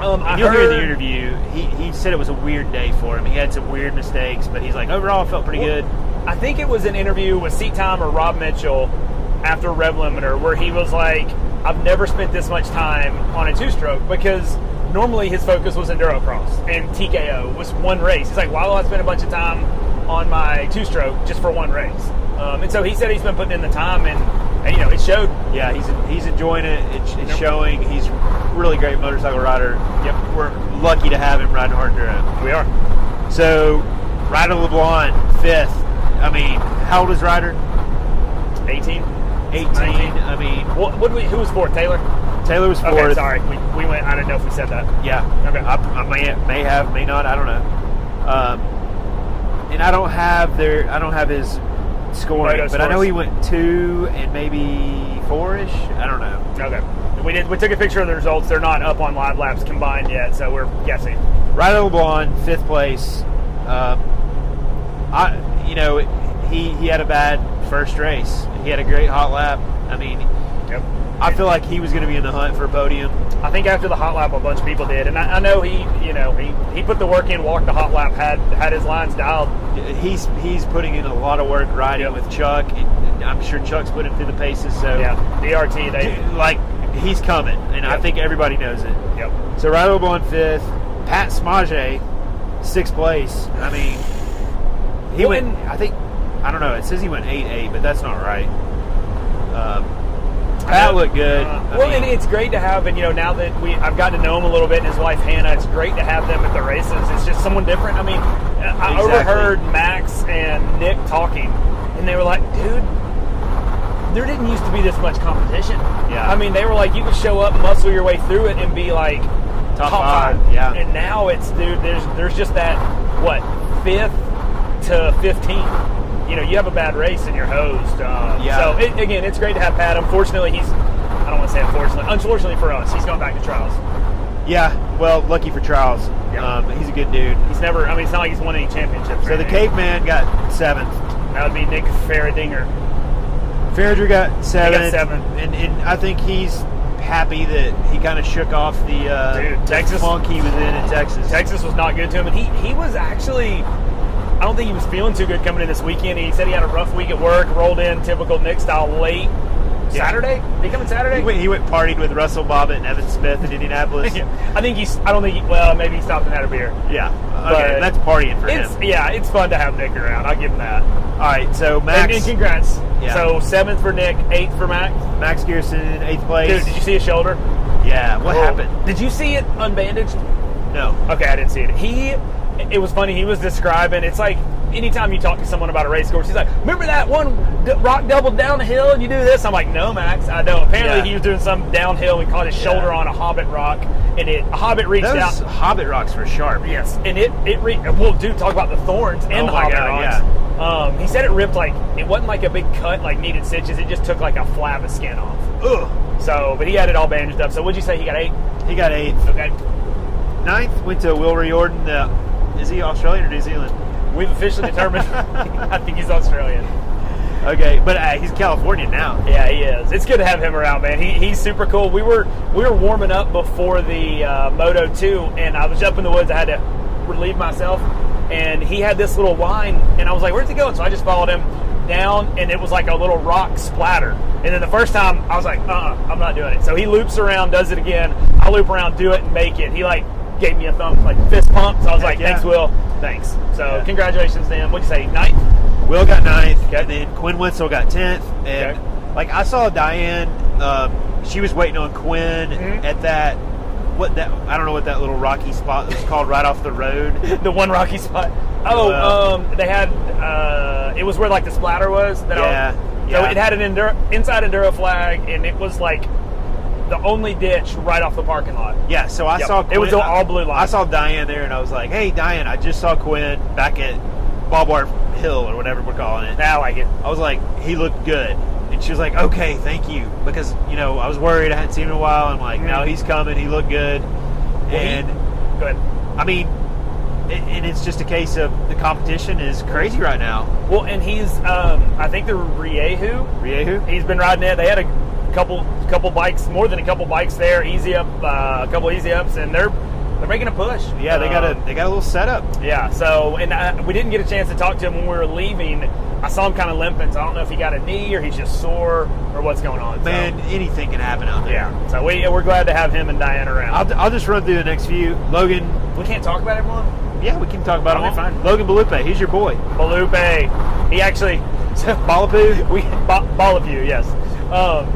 S2: Um, I
S4: you'll hear in the
S2: heard-
S4: interview. He, he said it was a weird day for him. He had some weird mistakes, but he's like overall felt pretty
S2: Well,
S4: good.
S2: I think it was an interview with Seat Time or Rob Mitchell after Rev Limiter where he was like, I've never spent this much time on a two stroke because normally his focus was Endurocross and TKO was one race. He's like, why will I spend a bunch of time on my two stroke just for one race? Um, and so he said he's been putting in the time and, and you know, it showed.
S4: Yeah, he's he's enjoying it. It's, it's showing. He's a really great motorcycle rider.
S2: Yep,
S4: We're lucky to have him riding hard enduro.
S2: we are.
S4: So, Ryder LeBlanc fifth. I mean, how old is Ryder?
S2: 18.
S4: Eighteen.
S2: Nineteen.
S4: I mean,
S2: What, what do we, who was fourth? Taylor?
S4: Taylor was fourth.
S2: Okay, sorry. We, we went, I don't know if we said that.
S4: Yeah.
S2: Okay.
S4: I, I may, may have, may not. I don't know. Um, and I don't have their, I don't have his scoring,
S2: Moto
S4: but I know
S2: scores.
S4: he went two and maybe four ish. I don't know.
S2: Okay. We did. We took a picture of the results. They're not up on live laps combined yet, so we're guessing.
S4: Ryder LeBlanc, fifth place. Um, I, you know, he he had a bad first race. He had a great hot lap. I mean,
S2: Yep.
S4: I feel like he was going to be in the hunt for a podium.
S2: I think after the hot lap, a bunch of people did, and I, I know he, you know, he, he put the work in, walked the hot lap, had had his lines dialed.
S4: He's he's putting in a lot of work riding
S2: Yep.
S4: with Chuck. And I'm sure Chuck's put him through the paces. So
S2: Yeah. DRT. They.
S4: Dude, like he's coming, and I
S2: Yep.
S4: think everybody knows it.
S2: Yep.
S4: So Ryder LeBlanc fifth, Pat Smage sixth place. I mean, he
S2: Well,
S4: went.
S2: and-
S4: I think I don't know. It says he went eight eight, but that's not right. Um,
S2: I
S4: Pat
S2: know.
S4: looked good.
S2: Uh,
S4: I
S2: well,
S4: mean,
S2: and it's great to have, and you know, now that we I've gotten to know him a little bit, and his wife Hannah, it's great to have them at the races. It's just someone different. I mean, I I
S4: Exactly.
S2: overheard Max and Nick talking, and they were like, "Dude, there didn't used to be this much competition."
S4: Yeah.
S2: I mean, they were like, you could show up, muscle your way through it, and be like
S4: Top five, yeah.
S2: And now it's dude, there's there's just that what fifth to fifteenth. You know, you have a bad race and you're hosed. Uh,
S4: Yeah.
S2: So it, again, it's great to have Pat. Unfortunately, he's I don't want to say unfortunately. Unfortunately for us, he's gone back to trials.
S4: yeah, well, lucky for Charles.
S2: Yeah.
S4: Um, he's a good dude.
S2: He's never. I mean, it's not like he's won any championships.
S4: So the caveman got seventh.
S2: that would be Nick Faradinger.
S4: Ferringer got seventh.
S2: seventh.
S4: And, and I think he's happy that he kind of shook off the uh,
S2: Dude, Texas-
S4: funk he was in in Texas.
S2: Texas was not good to him, and he he was actually. I don't think he was feeling too good coming in this weekend. He said he had a rough week at work. Rolled in typical Nick style late
S4: Yeah.
S2: Saturday. Did he come in Saturday?
S4: He went, he went partied with Russell Bobbitt and Evan Smith in Indianapolis. yeah.
S2: I think he's. I don't think. He, well, maybe he stopped and had a beer.
S4: Okay,
S2: But-
S4: that's partying for
S2: It's
S4: him.
S2: yeah, it's fun to have Nick around. I'll give him that.
S4: All right, so
S2: And,
S4: Max
S2: and congrats.
S4: Yeah.
S2: So seventh for Nick, eighth for Max.
S4: Max Gearson in eighth place.
S2: Dude, did you see his shoulder?
S4: yeah, what
S2: Oh.
S4: happened?
S2: Did you see it unbandaged?
S4: No.
S2: Okay, I didn't see it. He, it was funny. He was describing. It's like anytime you talk to someone about a race course, he's like, "Remember that one d- rock double down the hill and you do this?" I'm like, "No, Max, I don't." Apparently,
S4: Yeah.
S2: he was doing some downhill and caught his shoulder on a Hobbit rock, and it a Hobbit reached
S4: Those
S2: out.
S4: Hobbit rocks were sharp.
S2: Yes, and it it re- well, dude, talk about the thorns and
S4: Oh
S2: the
S4: my
S2: hobbit
S4: God,
S2: rocks. Um, he said it ripped like it wasn't like a big cut, like needed stitches. It just took like a flap of skin off.
S4: Ugh.
S2: So, but he had it all bandaged up. So, what'd you say? He got eight.
S4: He got eighth.
S2: Okay,
S4: Ninth went to Will Riordan. The, is he uh, Australian or New Zealand?
S2: We've officially determined. I think he's Australian.
S4: Okay, but uh, he's Californian now.
S2: Yeah, he is. It's good to have him around, man. He, he's super cool. We were we were warming up before the uh, Moto Two, and I was up in the woods. I had to relieve myself, and he had this little line, and I was like, "Where's he going?" So I just followed him down, and it was like a little rock splatter. And then the first time, I was like, "Uh, uh I'm not doing it." So he loops around, does it again. I loop around, do it, and make it. He like gave me a thumb, like fist pump. So I was like,
S4: yeah.
S2: "Thanks, Will. Thanks." So
S4: Yeah.
S2: congratulations, to him. What'd you say, ninth?
S4: Will got ninth, and then Quinn Winslow got tenth. And
S2: Okay.
S4: like I saw Diane, um, she was waiting on Quinn
S2: Mhm.
S4: at that. What that I don't know what that little rocky spot was called right off the road.
S2: the one rocky spot. Oh,
S4: Wow.
S2: um, they had uh, it was where like the splatter was. That
S4: Yeah,
S2: I,
S4: yeah.
S2: So it had an enduro, inside enduro flag, and it was like the only ditch right off the parking lot.
S4: Yeah, so I
S2: Yep.
S4: saw
S2: It was
S4: Quinn-
S2: an all blue line.
S4: I saw Diane there, and I was like, "Hey, Diane, I just saw Quinn back at Ballbar Hill or whatever we're calling it."
S2: I like it.
S4: I was like, "He looked good," and she was like, "Okay, thank you," because you know I was worried I hadn't seen him in a while. I'm like,
S2: Mhm.
S4: "No, he's coming. He looked good," and
S2: Go ahead.
S4: I mean, a- and it's just a case of the competition is crazy right now.
S2: Well, and he's um, I think the Riehu.
S4: Riehu,
S2: He's been riding it. They had a couple couple bikes, more than a couple bikes there, easy up, uh, a couple easy ups, and they're they're making a push.
S4: yeah, they got
S2: Um,
S4: a they got a little setup.
S2: Yeah. So, and I, we didn't get a chance to talk to him when we were leaving. I saw him kind of limping, so I don't know if he got a knee or he's just sore or what's going on. so-
S4: Man, anything can happen out there.
S2: yeah. So we we're glad to have him and Diane around.
S4: I'll, I'll just run through the next few. Logan,
S2: we can't talk about everyone.
S4: yeah, we can talk about him.
S2: Okay, fine.
S4: Logan Balupe, he's your boy.
S2: Balupe, he actually
S4: Balapoo,
S2: we ba- ball of you, yes. Um,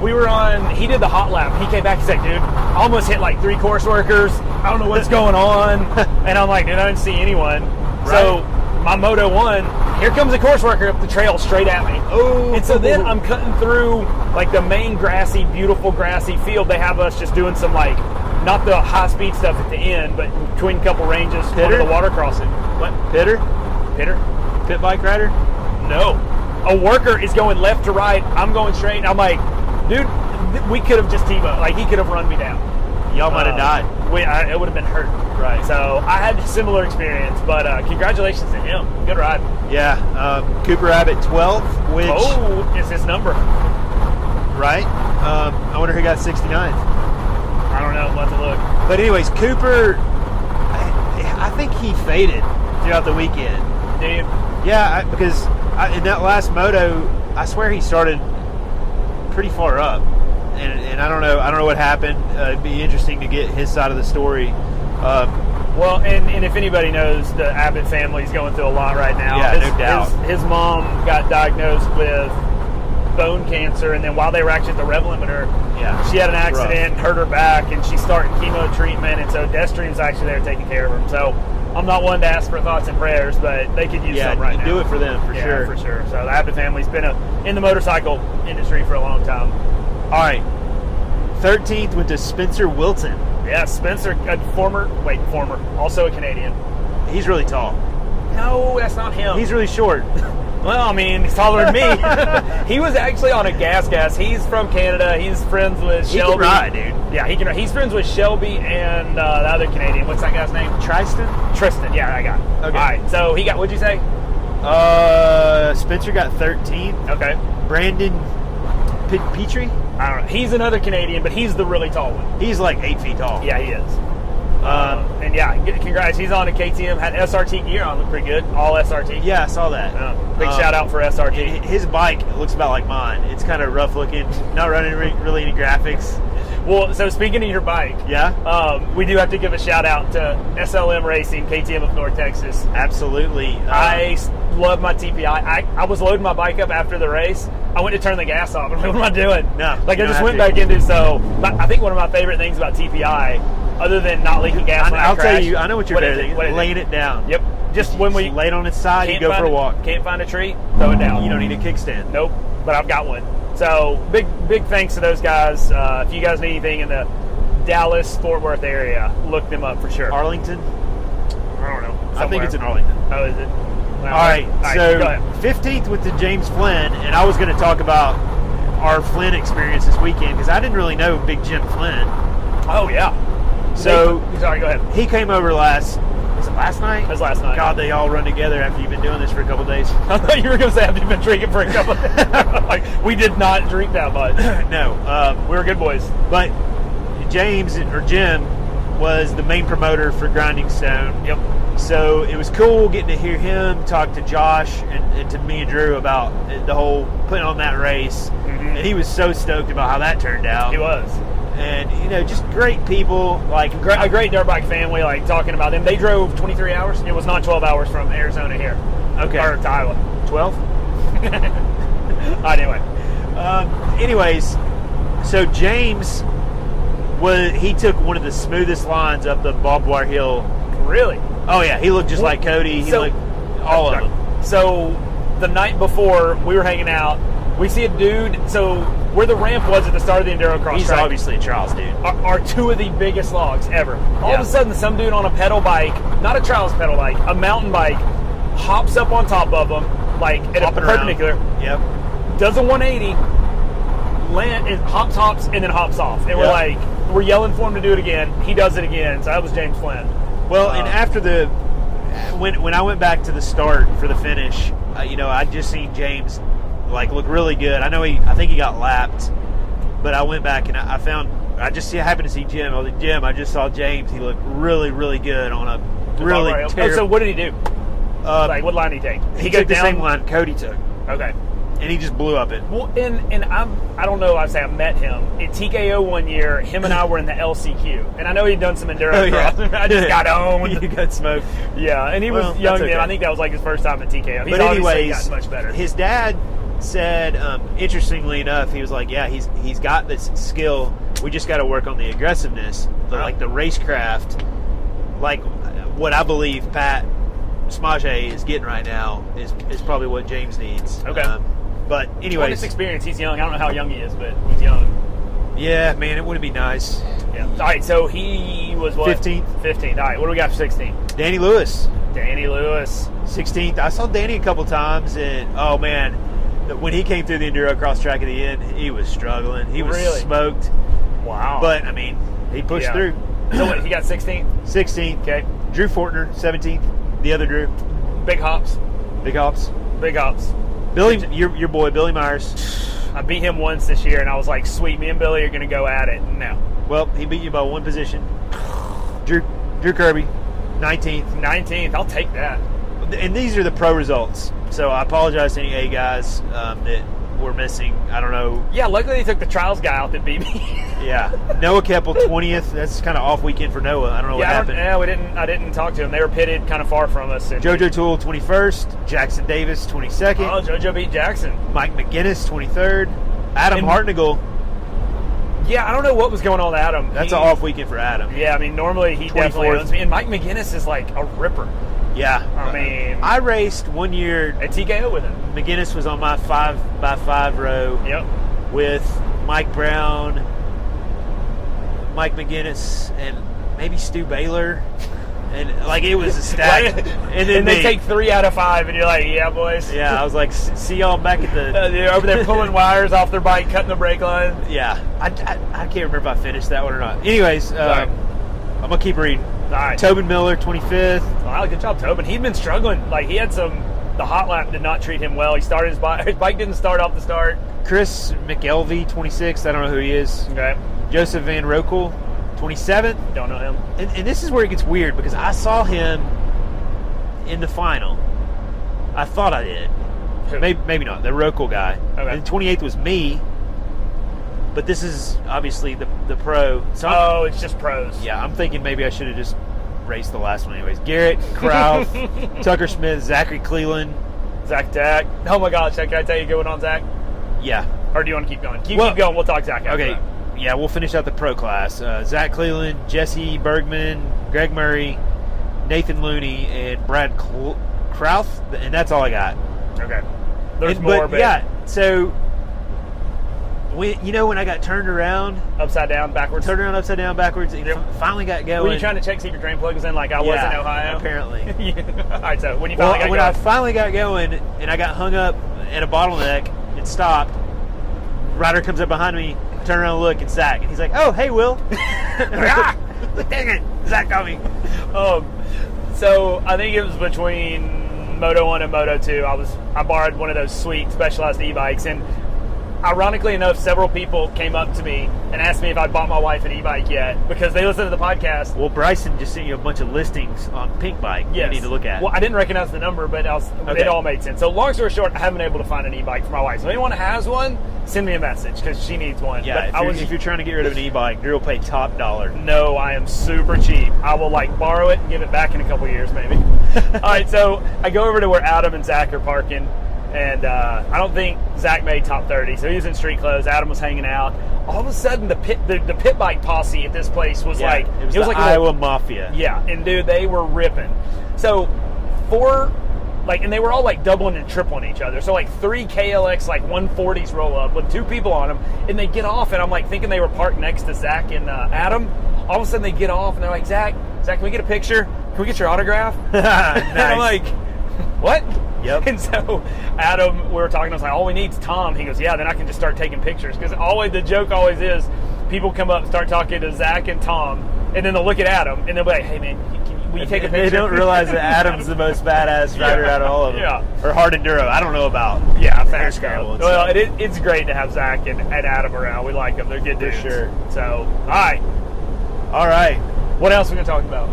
S2: we were on. He did the hot lap. He came back. He's like, dude, I almost hit like three course workers. I don't know what's going on. and I'm like, dude, I didn't see anyone. So my moto one. Here comes a course worker up the trail straight at me.
S4: Oh.
S2: And so then I'm cutting through like the main grassy, beautiful grassy field. They have us just doing some like not the high speed stuff at the end, but between a couple ranges, over
S4: Pitter?
S2: the water crossing. What?
S4: Pitter,
S2: Pitter?
S4: pit bike rider.
S2: No. A worker is going left to right. I'm going straight. I'm like, dude, th- we could have just T-boned. Like, he could have run me down. Uh,
S4: Y'all might have died.
S2: We, I, it would have been hurt.
S4: Right.
S2: So I had a similar experience, but uh, congratulations to him. Good ride.
S4: Yeah, um, Cooper Abbott 12th, which
S2: Oh, is his number?
S4: right. Um, I wonder who got 69th.
S2: I don't know. Let's look.
S4: But anyways, Cooper, I, I think he faded throughout the weekend.
S2: Dude,
S4: Yeah, I, because I, in that last moto, I swear he started pretty far up, and, and I don't know, I don't know what happened. Uh, it'd be interesting to get his side of the story. Um,
S2: Well, and, and if anybody knows, the Abbott family is going through a lot right now.
S4: Yeah,
S2: his,
S4: no doubt.
S2: His, his mom got diagnosed with bone cancer, and then while they were actually at the Rev Limiter,
S4: Yeah.
S2: she had an
S4: Rough.
S2: accident, hurt her back, and she's starting chemo treatment. And so Destream's actually there taking care of him. So I'm not one to ask for thoughts and prayers, but they could use
S4: yeah,
S2: some right now.
S4: do it for them for
S2: yeah,
S4: sure.
S2: for sure. So the Abbott family's been a, in the motorcycle industry for a long time.
S4: All right, thirteenth went to Spencer Wilton.
S2: Yeah, Spencer, a former, wait, former, also a Canadian.
S4: He's really tall.
S2: No, that's not him.
S4: He's really short.
S2: Well, I mean, he's taller than me. he was actually on a gas gas. He's from Canada. He's friends with
S4: He
S2: Shelby.
S4: can ride, dude.
S2: Yeah, he can. He's friends with Shelby and uh, the other Canadian. What's that guy's name?
S4: Tristan,
S2: Tristan. Yeah, I got. It.
S4: Okay.
S2: All right. So he got. What'd you say?
S4: uh, Spencer got thirteenth.
S2: Okay.
S4: Brandon P- Petrie,
S2: I don't know. He's another Canadian, but he's the really tall one.
S4: he's like eight feet tall.
S2: Yeah, he is. Um, and yeah, g- congrats. He's on a KTM. Had SRT gear on. Looked pretty good. All SRT.
S4: yeah, I saw that.
S2: Uh, big
S4: Um,
S2: shout out for SRT.
S4: Hi- His bike looks about like mine. It's kind of rough looking, not running re- really any graphics.
S2: Well, so speaking of your bike,
S4: Yeah,
S2: um, we do have to give a shout out to SLM Racing, KTM of North Texas.
S4: absolutely. Uh,
S2: I s- love my TPI. I, I was loading my bike up after the race. I went to turn the gas off. I'm like, what am I doing?
S4: No,
S2: Like,
S4: you
S2: I
S4: don't
S2: just
S4: have
S2: went
S4: to.
S2: back into so. But I think one of my favorite things about TPI, other than not leaking gas,
S4: I,
S2: when I
S4: I'll tell
S2: crash-
S4: you. I know what you're
S2: What is
S4: doing.
S2: it? What is it?
S4: laying it down.
S2: Yep. Just when we
S4: Just lay it on its side. You go for
S2: find
S4: a walk.
S2: Can't find a tree. Throw it down.
S4: You don't need a kickstand.
S2: Nope, but I've got one. So big, big thanks to those guys. Uh, if you guys need anything in the Dallas Fort Worth area, look them up for sure.
S4: Arlington.
S2: I don't know.
S4: I
S2: somewhere.
S4: think it's in Arlington.
S2: Oh, is it? Well,
S4: All right.
S2: go ahead.
S4: So 15th with the James Flynn, and I was going to talk about our Flynn experience this weekend because I didn't really know Big Jim Flynn.
S2: Oh yeah.
S4: So-
S2: They- sorry. Go ahead.
S4: He came over last Was it last night?
S2: That was last night.
S4: God, they all run together after you've been doing this for a couple days.
S2: I thought you were going to say after you've been drinking for a couple. Of like we did not drink that much.
S4: no, um,
S2: We were good boys.
S4: but James or Jim was the main promoter for Grinding Stone.
S2: Yep.
S4: So it was cool getting to hear him talk to Josh and, and to me and Drew about the whole putting on that race.
S2: Mhm.
S4: And he was so stoked about how that turned out.
S2: He was.
S4: And, you know, just great people. Like,
S2: Like great, a great dirt bike family. Like talking about them. They drove 23 hours. It was not 12 hours from Arizona here.
S4: Okay.
S2: Or to Iowa.
S4: 12?
S2: Anyway.
S4: Um, anyways, so James, was he took one of the smoothest lines up the barbed wire hill.
S2: Really.
S4: Oh, yeah. He looked just
S2: Well,
S4: like Cody. He
S2: so-
S4: looked all of them.
S2: So the night before we were hanging out, we see a dude. So where the ramp was at the start of the enduro cross
S4: He's
S2: track
S4: obviously a Charles dude.
S2: are, are two of the biggest logs ever. All
S4: Yeah.
S2: of a sudden, some dude on a pedal bike, not a trials pedal bike, a mountain bike, hops up on top of them like at
S4: Hopping
S2: a
S4: around.
S2: perpendicular,
S4: Yep.
S2: does a 180, land, and hops, hops, and then hops off. And we're
S4: Yeah.
S2: like, we're yelling for him to do it again. He does it again. So that was James Flynn.
S4: Well, and
S2: Um,
S4: after the when when I went back to the start for the finish, uh, you know, I just seen James like look really good. I know he, I think he got lapped, but I went back and I, I found I just see I happened to see Jim. I was like, Jim, I just saw James. He looked really, really good on a really
S2: Oh,
S4: terrible.
S2: so what did he do?
S4: uh,
S2: Like, what line did he take?
S4: he, took the same line Cody took,
S2: Okay.
S4: and he just blew up it.
S2: Well, and and I'm I don't know. I say I met him at TKO one year. Him and I were in the LCQ, and I know he'd done some
S4: Oh,
S2: enduro. cross. I just got on with
S4: you
S2: the,
S4: got smoked.
S2: yeah, and he
S4: Well,
S2: was young
S4: that's
S2: then.
S4: okay.
S2: I think that was like his first time at TKO. He's
S4: but
S2: obviously
S4: anyways,
S2: gotten much better.
S4: His dad said, um, interestingly enough, he was like, "Yeah, he's he's got this skill. We just got to work on the aggressiveness, the,
S2: Wow.
S4: like the racecraft, like what I believe Pat Smage is getting right now is is probably what James needs." Um,
S2: Okay.
S4: but
S2: Well, his
S4: anyways,
S2: experience, he's young. I don't know how young he is, but he's young.
S4: yeah, man, it would be nice.
S2: Yeah. All right, so he was what?
S4: 15th.
S2: Fifteenth. All right, what do we got for sixteen?
S4: Danny Lewis,
S2: Danny Lewis.
S4: 16th. I saw Danny a couple times, and oh man, the- when he came through the enduro cross track at the end, he was struggling. He was
S2: Really?
S4: smoked.
S2: Wow.
S4: But I mean, he pushed
S2: Yeah.
S4: through.
S2: so what? He got sixteenth.
S4: 16th.
S2: Okay.
S4: Drew Fortner, 17th. The other Drew,
S2: Big hops.
S4: big ops.
S2: Big hops.
S4: Billy, your, your boy Billy Myers.
S2: I beat him once this year, and I was like, "Sweet, me and Billy are gonna go at it." No.
S4: Well, he beat you by one position. Drew Drew Kirby, 19th.
S2: 19th. I'll take that.
S4: And these are the pro results. So I apologize to any A guys um, that were missing. I don't know.
S2: Yeah, luckily they took the trials guy out that beat me.
S4: Yeah, Noah Keppel, 20th. That's kind of off weekend for Noah. I don't know what
S2: yeah, I don't-
S4: happened.
S2: yeah, we didn't. I didn't talk to him. They were pitted kind of far from us. And,
S4: JoJo Tool, 21st. Jackson Davis, 22nd.
S2: Oh, JoJo beat Jackson.
S4: Mike McGinnis, 23rd. Adam
S2: And-
S4: Hartnagel.
S2: Yeah, I don't know what was going on with Adam.
S4: That's
S2: He-
S4: an off weekend for Adam.
S2: Yeah, I mean normally he definitely
S4: 24th.
S2: owns me, and Mike McGinnis is like a ripper
S4: Yeah.
S2: I mean-
S4: Uh, I raced one year.
S2: at TKO with him.
S4: McGinnis was on my five by five row
S2: Yep.
S4: with Mike Brown, Mike McGinnis, and maybe Stu Baylor. And like it was a stack.
S2: Like-
S4: and then
S2: they
S4: me.
S2: take three out of five, and you're like, "Yeah, boys."
S4: Yeah, I was like, "S- see y'all back at
S2: Uh,
S4: the.
S2: they're over there pulling wires off their bike, cutting the brake line.
S4: Yeah, I, I, I can't remember if I finished that one or not. Anyways, um, I'm gonna keep reading.
S2: All right.
S4: Tobin Miller, 25th.
S2: Wow, good job, Tobin. He'd been struggling. Like he had some. The hot lap did not treat him well. He started his bike. His bike didn't start off the start.
S4: Chris McElvey, 26th. I don't know who he is.
S2: Okay,
S4: Joseph Van Rokel, 27th.
S2: don't know him.
S4: and, and this is where it gets weird because I saw him in the final. I thought I did.
S2: Who?
S4: Maybe, maybe not. The Rokel guy.
S2: Okay.
S4: And 28th was me. But this is obviously the, the pro. So I'm,
S2: Oh, it's just pros.
S4: yeah, I'm thinking maybe I should have just raced the last one anyways. Garrett, Krauf, Tucker Smith, Zachary Cleland.
S2: Zach Tack. Oh my gosh, can I tell you going on Zach?
S4: Yeah.
S2: Or do you want to keep going? Keep,
S4: Well-
S2: keep going. We'll talk Zach. After
S4: Okay.
S2: that.
S4: Yeah, we'll finish out the pro class. Uh, Zach Cleland, Jesse Bergman, Greg Murray, Nathan Looney, and Brad Cl- Krauth. And that's all I got.
S2: Okay. There's
S4: And-
S2: more, but
S4: yeah. So when you know when I got turned around,
S2: upside down, backwards.
S4: turned around upside down backwards, and
S2: Yep.
S4: fi- finally got going.
S2: Were you trying to check see if your drain plug was in? Like I was
S4: Yeah,
S2: in Ohio.
S4: Apparently.
S2: Yeah. All right, so when you
S4: well,
S2: finally
S4: when I
S2: got going,
S4: finally got going, and I got hung up at a bottleneck and stopped. Ryder comes up behind me, I turn around, and look, it's Zach, and he's like, "Oh, hey, Will." I'm like, "Ah, Dang it, Zach got me.
S2: um, So I think it was between Moto One and Moto Two. I was I borrowed one of those sweet specialized e-bikes, and ironically enough, several people came up to me and asked me if I'd bought my wife an e-bike yet because they listened to the podcast.
S4: Well, Bryson just sent you a bunch of listings on Pink Bike.
S2: Yes.
S4: You need to look at.
S2: Well, I didn't recognize the number, but I was,
S4: Okay.
S2: it all made sense. So, long story short, I haven't been able to find an e-bike for my wife. So, if anyone has one, send me a message because she needs one.
S4: yeah.
S2: But
S4: If,
S2: I
S4: you're,
S2: was
S4: if you're trying to get rid of an e-bike, Drew will pay top dollar.
S2: no, I am super cheap. I will like borrow it, give it back in a couple years, maybe. All right, so I go over to where Adam and Zach are parking, and uh, I don't think Zach made top thirty, so he was in street clothes. Adam was hanging out. All of a sudden, the pit the, the pit bike posse at this place was
S4: Yeah,
S2: like
S4: it was, the
S2: like a little-
S4: Iowa Mafia.
S2: yeah, and dude, they were ripping. So four, like, and they were all like doubling and tripling each other. So like three KLX like 140s roll up with two people on them, and they get off, and I'm like thinking they were parked next to Zach and uh, Adam. All of a sudden they get off, and they're like, Zach, Zach, can we get a picture? Can we get your autograph? And I'm
S4: Nice.
S2: like, what?
S4: Yep.
S2: And so Adam, we were talking. I was like, all we need is Tom. He goes, yeah. Then I can just start taking pictures because always the joke always is people come up, and start talking to Zach and Tom, and then they'll look at Adam and they'll be like, hey man, can you, will you take a
S4: And They
S2: picture?
S4: don't realize that Adam's the most badass rider
S2: Yeah.
S4: out of all of them.
S2: Yeah.
S4: Or hard enduro. I don't know about.
S2: yeah,
S4: Hair
S2: facts.
S4: scramble
S2: though.
S4: and
S2: Well,
S4: stuff.
S2: it, is- it's great to have Zach and, and Adam around. We like them. They're good dudes.
S4: sure.
S2: So, all right.
S4: All right.
S2: What else are we gonna talk about?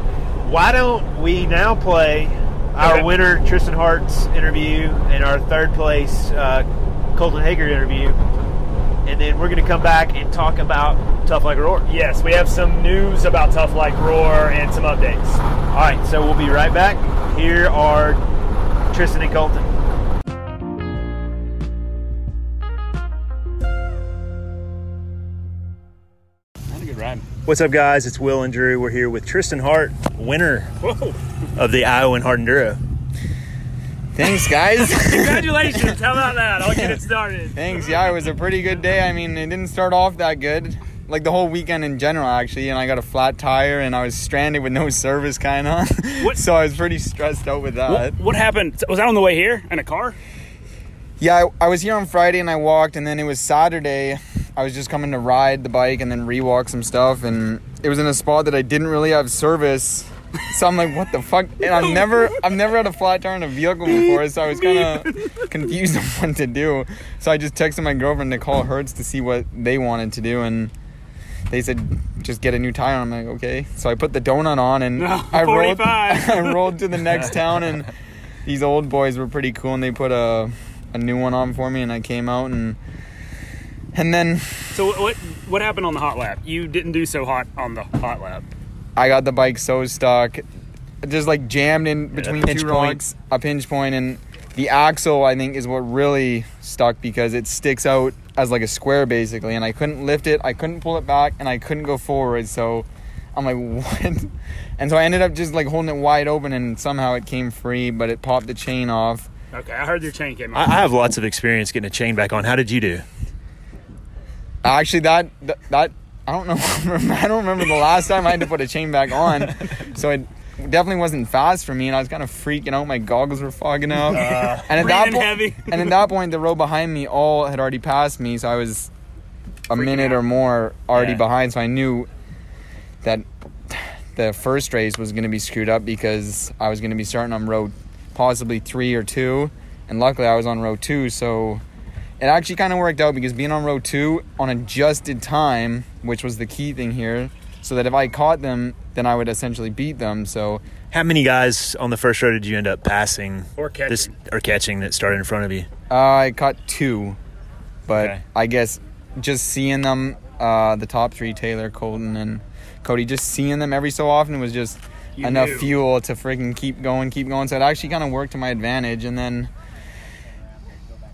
S4: Why don't we now play our
S2: Okay.
S4: winner Tristan Hart's interview and our third place uh, Colton Hager interview, and then we're going to come back and talk about Tough Like a Roar.
S2: Yes, we have some news about Tough Like Roar and some updates.
S4: All right, so we'll be right back. Here are Tristan and Colton.
S3: Had a good ride.
S1: What's up, guys? It's Will and Drew. We're here with Tristan Hart, winner
S2: Whoa!
S1: of the Iowan Hard Enduro.
S5: Thanks, guys.
S2: Congratulations! How about that? I'll get it started.
S5: Thanks. Yeah, it was a pretty good day. I mean, it didn't start off that good. Like the whole weekend in general, actually, and I got a flat tire and I was stranded with no service, kind of.
S6: What-
S5: so I was pretty stressed out with that.
S6: What, what happened? Was I on the way here in a car?
S5: Yeah, I, I was here on Friday and I walked, and then it was Saturday. I was just coming to ride the bike and then rewalk some stuff, and it was in a spot that I didn't really have service. So I'm like, what the fuck? And I've never, I've never had a flat tire in a vehicle before, so I was kind of confused on what to do. So I just texted my girlfriend to call Hertz to see what they wanted to do, and they said just get a new tire. I'm like, okay. So I put the donut on, and
S6: No,
S5: I rolled,
S6: 45.
S5: I rolled to the next town, and these old boys were pretty cool, and they put a a new one on for me, and I came out and and then
S6: So what- what what happened on the hot lap? You didn't do so hot on the hot lap.
S5: I got the bike so stuck, just like jammed in between
S1: pinch
S5: two
S1: point.
S5: rocks, a pinch point, and the axle I think is what really stuck because it sticks out as like a square basically, and I couldn't lift it, I couldn't pull it back, and I couldn't go forward. So I'm like, what? And so I ended up just like holding it wide open, and somehow it came free, but it popped the chain off.
S6: Okay, I heard your chain came
S1: I,
S6: off.
S1: I have lots of experience getting a chain back on. How did you do?
S5: Actually, that that, that I don't know. I don't remember the last time I had to put a chain back on, so it definitely wasn't fast for me, and I was kind of freaking out. My goggles were fogging up, and at that
S6: Uh, breathing
S5: point,
S6: heavy.
S5: and at that point, the row behind me all had already passed me, so I was a minute or more already
S1: Yeah.
S5: behind. So I knew that the first race was going to be screwed up because I was going to be starting on row possibly three or two, and luckily I was on row two, so it actually kind of worked out because being on row two on adjusted time, which was the key thing here, so that if I caught them, then I would essentially beat them. So
S1: How many guys on the first row did you end up passing
S6: Or catching.
S1: This, or catching that started in front of you?
S5: uh, I caught two, but
S1: Okay.
S5: I guess just seeing them, uh, the top three, Taylor, Colton, and Cody, just seeing them every so often was just
S6: You
S5: enough
S6: knew.
S5: fuel to freaking keep going, keep going. So it actually kind of worked to my advantage. And then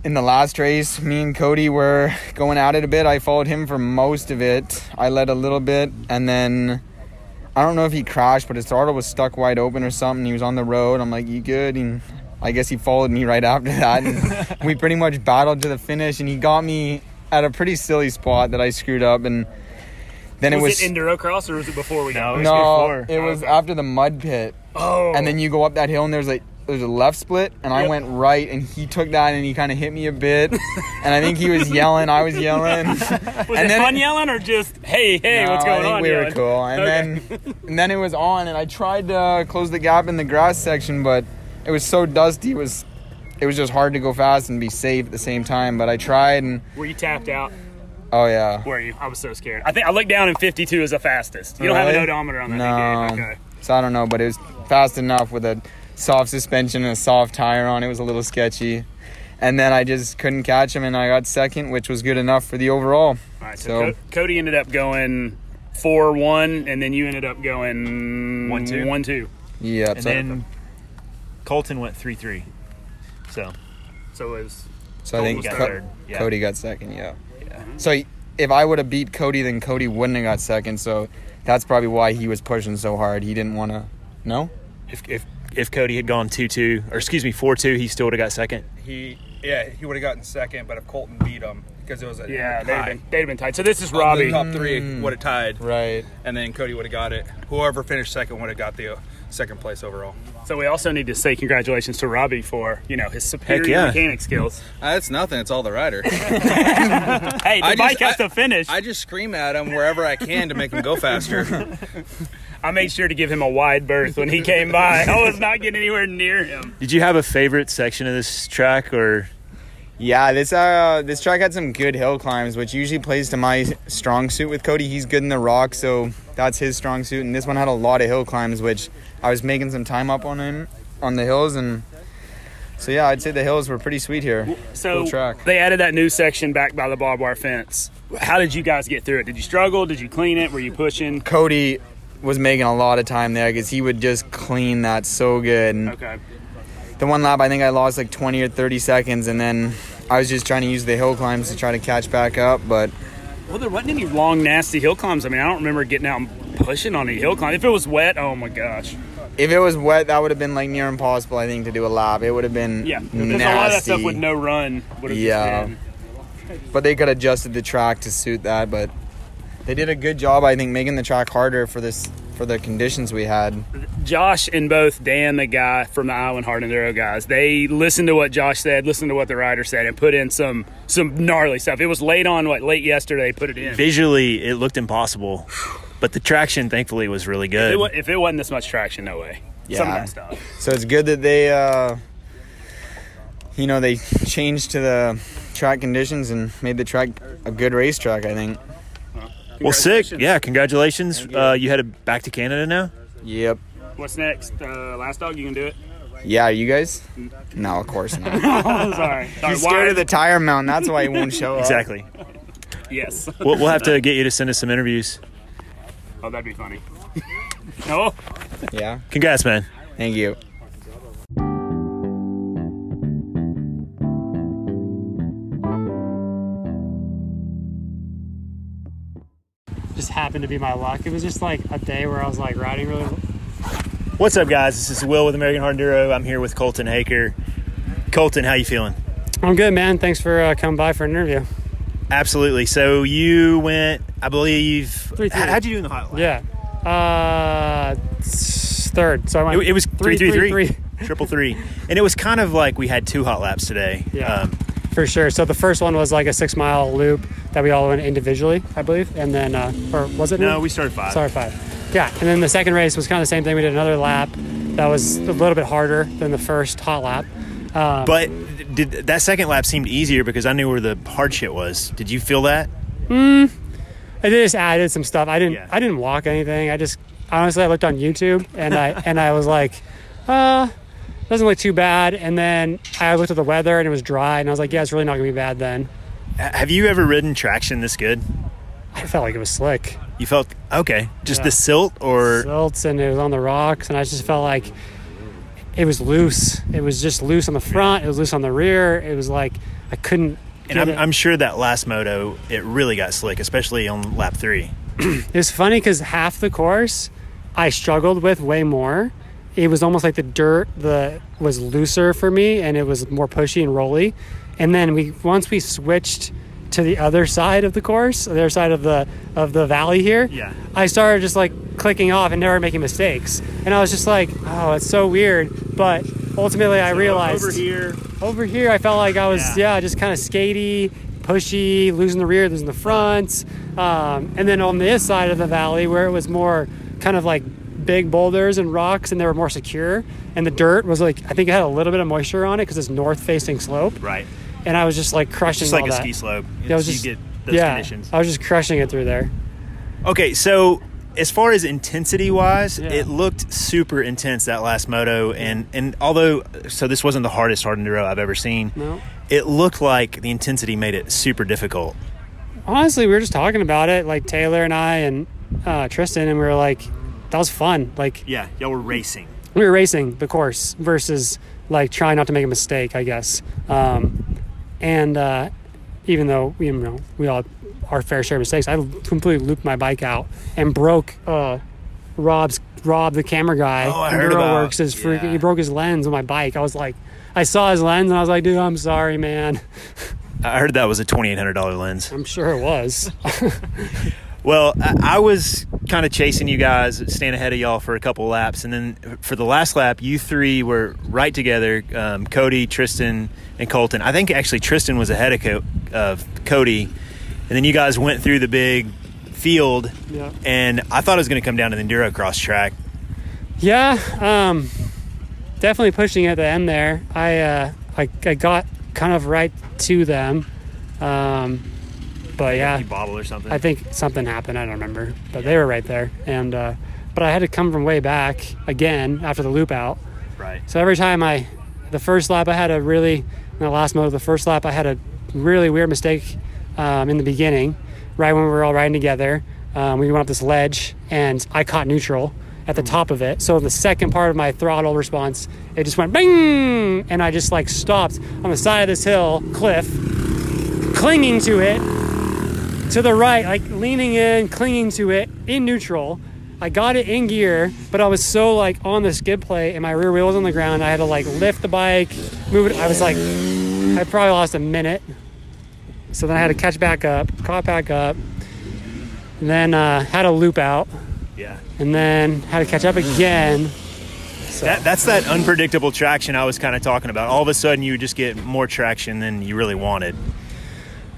S5: in the last race, me and Cody were going at it a bit. I followed him for most of it. I led a little bit, and then I don't know if he crashed, but his throttle was stuck wide open or something. He was on the road. I'm like, "You good?" And I guess he followed me right after that. And we pretty much battled to the finish, and he got me at a pretty silly spot that I screwed up, and then
S6: was,
S5: it
S6: it
S5: was.
S6: Enduro Cross or was it before we got?
S5: no, it was after the mud pit
S6: Oh,
S5: and then you go up that hill and there's like there's a left split, and I
S2: Yep.
S5: went right, and he took that, and he kind of hit me a bit, and I think he was yelling, I was yelling,
S2: Was
S5: and
S2: it
S5: then
S2: fun yelling or just hey hey
S5: No,
S2: what's going
S5: I think
S2: on?
S5: We were
S2: yelling?
S5: cool, and
S2: Okay.
S5: then and then it was on, and I tried to close the gap in the grass section, but it was so dusty, it was it was just hard to go fast and be safe at the same time. But I tried, and
S2: were you tapped out?
S5: oh yeah,
S2: Were you? I was so scared. I think I looked down and 52 is the fastest. You don't have an
S5: Really?
S2: odometer on that
S5: no,
S2: thing, do you? Okay.
S5: so I don't know, but it was fast enough with a soft suspension and a soft tire on. It was a little sketchy. And then I just couldn't catch him, and I got second, which was good enough for the overall.
S2: All right. So,
S5: So-
S2: Co- Cody ended up going four one, and then you ended up going
S1: One, two.
S2: one two.
S5: Yeah,
S1: and
S5: so,
S1: then Colton went three three. So
S2: So it was
S5: so I think
S1: Colton got
S5: Co-
S1: third, yeah.
S5: Cody got second. Yeah. So if I would have beat Cody, then Cody wouldn't have got second. So that's probably why he was pushing so hard. He didn't want to. No.
S1: if if if Cody had gone two two or excuse me four two, he still would have got second.
S4: He, yeah, he would have gotten second, but if Colton beat him, because it was a
S2: yeah. They'd have,
S4: tie.
S2: been, they'd have been tight. So this is Robbie.
S4: The top three would have tied,
S5: Right.
S4: and then Cody would have got it. Whoever finished second would have got the uh, second place overall.
S2: So we also need to say congratulations to Robbie for you know his superior
S1: yeah.
S2: mechanic skills.
S4: Uh, That's nothing. It's all the rider.
S2: Hey, the
S4: I just-
S2: bike has
S4: I-
S2: to finish.
S4: I just scream at him wherever I can to make him go faster.
S2: I made sure to give him a wide berth when he came by. I was not getting anywhere near him.
S1: Did you have a favorite section of this track or
S5: Yeah. This uh this track had some good hill climbs, which usually plays to my strong suit with Cody. He's good in the rock, so that's his strong suit. And this one had a lot of hill climbs, which I was making some time up on him on the hills and. So yeah, I'd say the hills were pretty sweet here.
S2: So
S5: Cool track.
S2: they added that new section back by the barbed wire fence. How did you guys get through it? Did you struggle? Did you clean it? Were you pushing?
S5: Cody was making a lot of time there because he would just clean that so good. And
S2: Okay.
S5: the one lap I think I lost like 20 or 30 seconds and then I was just trying to use the hill climbs to try to catch back up but
S2: Well, there wasn't any long, nasty hill climbs. I mean, I don't remember getting out and pushing on any hill climb. If it was wet, oh my gosh.
S5: if it was wet that would have been like near impossible I think to do a lap it would have been
S2: Yeah.
S5: nasty
S2: Because a lot of that stuff with no run would have
S5: Yeah.
S2: just been.
S5: but they could have adjusted the track to suit that but they did a good job I think making the track harder for this for the conditions we had
S2: Josh and both Dan, the guy from the Island Hard Enduro guys, they listened to what Josh said, listened to what the rider said, and put in some some gnarly stuff. It was late on, what late yesterday, put it in.
S1: visually it looked impossible, but the traction thankfully was really
S2: If
S1: good.
S2: it, wa- if it wasn't this much traction, no way. Some of that stuff.
S5: so it's good that they uh you know they changed to the track conditions and made the track a good racetrack I think
S1: well, sick. Yeah, congratulations. You. Uh, you headed back to Canada now.
S5: yep
S2: What's next? Uh, last dog, you can do it.
S5: yeah you guys no of course not
S2: Sorry. Sorry,
S5: He's scared
S2: why-
S5: of the tire mount. That's why he won't show up.
S1: Exactly.
S2: Yes.
S1: we'll, we'll have to get you to send us some interviews.
S2: Oh, that'd be funny. no.
S5: Yeah.
S1: Congrats, man.
S5: Thank you.
S7: just happened to be my luck. It was just like a day where I was like riding really.
S1: What's up, guys? This is Will with American Hard Enduro. I'm here with Colton Haker. Colton, how you feeling?
S7: I'm good, man. Thanks for uh, coming by for an interview.
S1: Absolutely. So you went, I believe.
S7: Three, three.
S1: How- How'd you do in the hot lap?
S7: Yeah. Uh, s- third. So I went.
S1: It, it was three,
S7: three,
S1: three, three,
S7: three,
S1: triple three, and it was kind of like we had two hot laps today. Um,
S7: Yeah. for sure. So the first one was like a six mile loop that we all went individually, I believe, and then uh, or was it?
S1: no, we started five.
S7: Sorry, five. Yeah, and then the second race was kind of the same thing. We did another lap that was a little bit harder than the first hot lap.
S1: But did that second lap seemed easier because I knew where the hard shit was. Did you feel that?
S7: I just added some stuff. I didn't.
S1: Yeah.
S7: I didn't walk anything. I just honestly, I looked on YouTube and I and I was like, uh, doesn't look too bad. And then I looked at the weather and it was dry, and I was like, yeah, it's really not gonna be bad. Then
S1: H- Have you ever ridden traction this good?
S7: I felt like it was slick,
S1: You felt okay, just
S7: Yeah.
S1: the silt or
S7: silts, and it was on the rocks, and I just felt like it was loose. It was just loose on the front. It was loose on the rear. It was like I couldn't.
S1: and
S7: get
S1: I'm,
S7: it.
S1: I'm sure that last moto it really got slick, especially on lap three.
S7: It was funny because half the course I struggled with way more. It was almost like the dirt the was looser for me and it was more pushy and rolly. And then we once we switched to the other side of the course, the other side of the of the valley here.
S1: Yeah.
S7: I started just like clicking off and never making mistakes. And I was just like, oh, it's so weird. But ultimately I realized
S2: over here.
S7: over here I felt like I was yeah, just kind of skatey, pushy, losing the rear, losing the front, um, and then on this side of the valley where it was more kind of like big boulders and rocks and they were more secure and the dirt was like I think it had a little bit of moisture on it because it's north facing slope
S1: Right.
S7: and I was just like crushing
S1: Just like
S7: all
S1: a
S7: that.
S1: ski slope.
S7: Yeah, I was
S1: It's-
S7: just-
S1: you get those
S7: yeah,
S1: conditions.
S7: I was just crushing it through there.
S1: Okay, so as far as intensity wise, it looked super intense that last moto, and and although so this wasn't the hardest hard enduro I've ever seen,
S7: No.
S1: it looked like the intensity made it super difficult.
S7: honestly, we were just talking about it, like Taylor and I and uh, Tristan, and we were like, that was fun. Like
S1: Yeah, y'all were racing.
S7: we were racing the course versus like trying not to make a mistake, I guess. Um, and uh, even though you know we all have our fair share of mistakes, I completely looped my bike out and broke uh, Rob's Rob, the camera guy.
S1: Oh, I heard about-
S7: Works his freaking.
S1: yeah.
S7: He broke his lens on my bike. I was like, I saw his lens and I was like, dude, I'm sorry, man.
S1: I heard that was a twenty eight hundred dollar lens.
S7: I'm sure it was.
S1: Well, I, I was kind of chasing you guys, staying ahead of y'all for a couple laps, and then for the last lap, you three were right together: um, Cody, Tristan, and Colton. I think actually Tristan was ahead of, Co- of Cody, and then you guys went through the big field,
S7: Yeah.
S1: and I thought it was going to come down to the enduro cross track.
S7: Yeah, um, definitely pushing at the end there. I, uh, I I got kind of right to them, um, but yeah,
S1: You bobble or something.
S7: I think something happened. I don't remember, but they were right there, and uh, but I had to come from way back again after the loop out.
S1: right.
S7: So every time I, the first lap I had a really, in the last moto, the first lap I had a really weird mistake um, in the beginning, right when we were all riding together. Um, we went up this ledge and I caught neutral at the top of it. So the second part of my throttle response, it just went bing, and I just like stopped on the side of this hill cliff, clinging to it, to the right, like leaning in, clinging to it in neutral. I got it in gear, but I was so like on the skid plate and my rear wheel was on the ground. I had to like lift the bike, move it. I was like, I probably lost a minute. So then I had to catch back up, caught back up, and then uh, had a loop out,
S1: Yeah.
S7: and then had to catch up again.
S1: That, that's that unpredictable traction I was kind of talking about. All of a sudden, you just get more traction than you really wanted.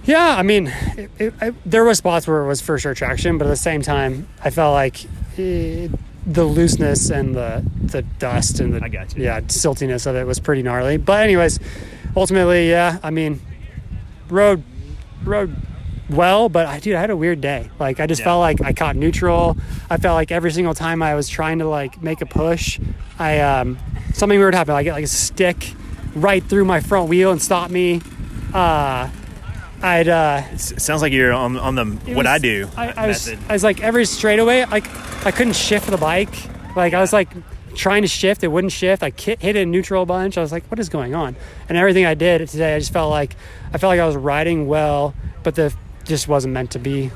S7: Yeah, I mean, it, it, I, there were spots where it was for sure traction, but at the same time, I felt like eh, the looseness and the the dust and the
S1: I got you.
S7: yeah siltiness of it was pretty gnarly. But anyways, ultimately, yeah, I mean, rode rode well, but I dude, I had a weird day. Like I just
S1: Yeah.
S7: felt like I caught neutral. I felt like every single time I was trying to like make a push, I um something weird happened. I get like a stick right through my front wheel and stopped me. Uh I'd uh
S1: S- sounds like you're on, on the
S7: it
S1: what
S7: was-
S1: I do
S7: I, I was,
S1: method.
S7: I was like every straightaway, like I couldn't shift the bike. Like I was like trying to shift, it wouldn't shift. I ki- hit it in neutral a bunch. I was like, what is going on? And everything I did today, I just felt like I felt like I was riding well, but the just wasn't meant to be.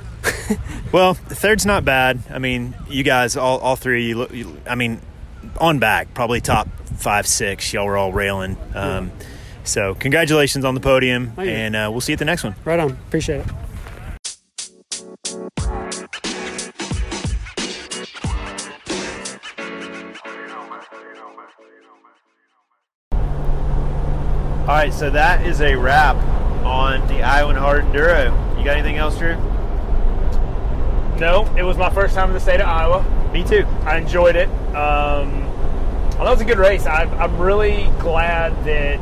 S1: Well, the third's not bad. I mean, you guys, all, all three, you, look- you, I mean, on back, probably top five, six. Y'all were all railing. Um, So, congratulations on the podium,
S7: you.
S1: and uh, we'll see you at the next one.
S7: Right on. Appreciate it.
S4: All right, so that is a wrap on the Iowan Hard Enduro. You got anything else, Drew?
S2: No, it was my first time in the state of Iowa.
S4: Me too.
S2: I enjoyed it. Um, well, that was a good race. I, I'm really glad that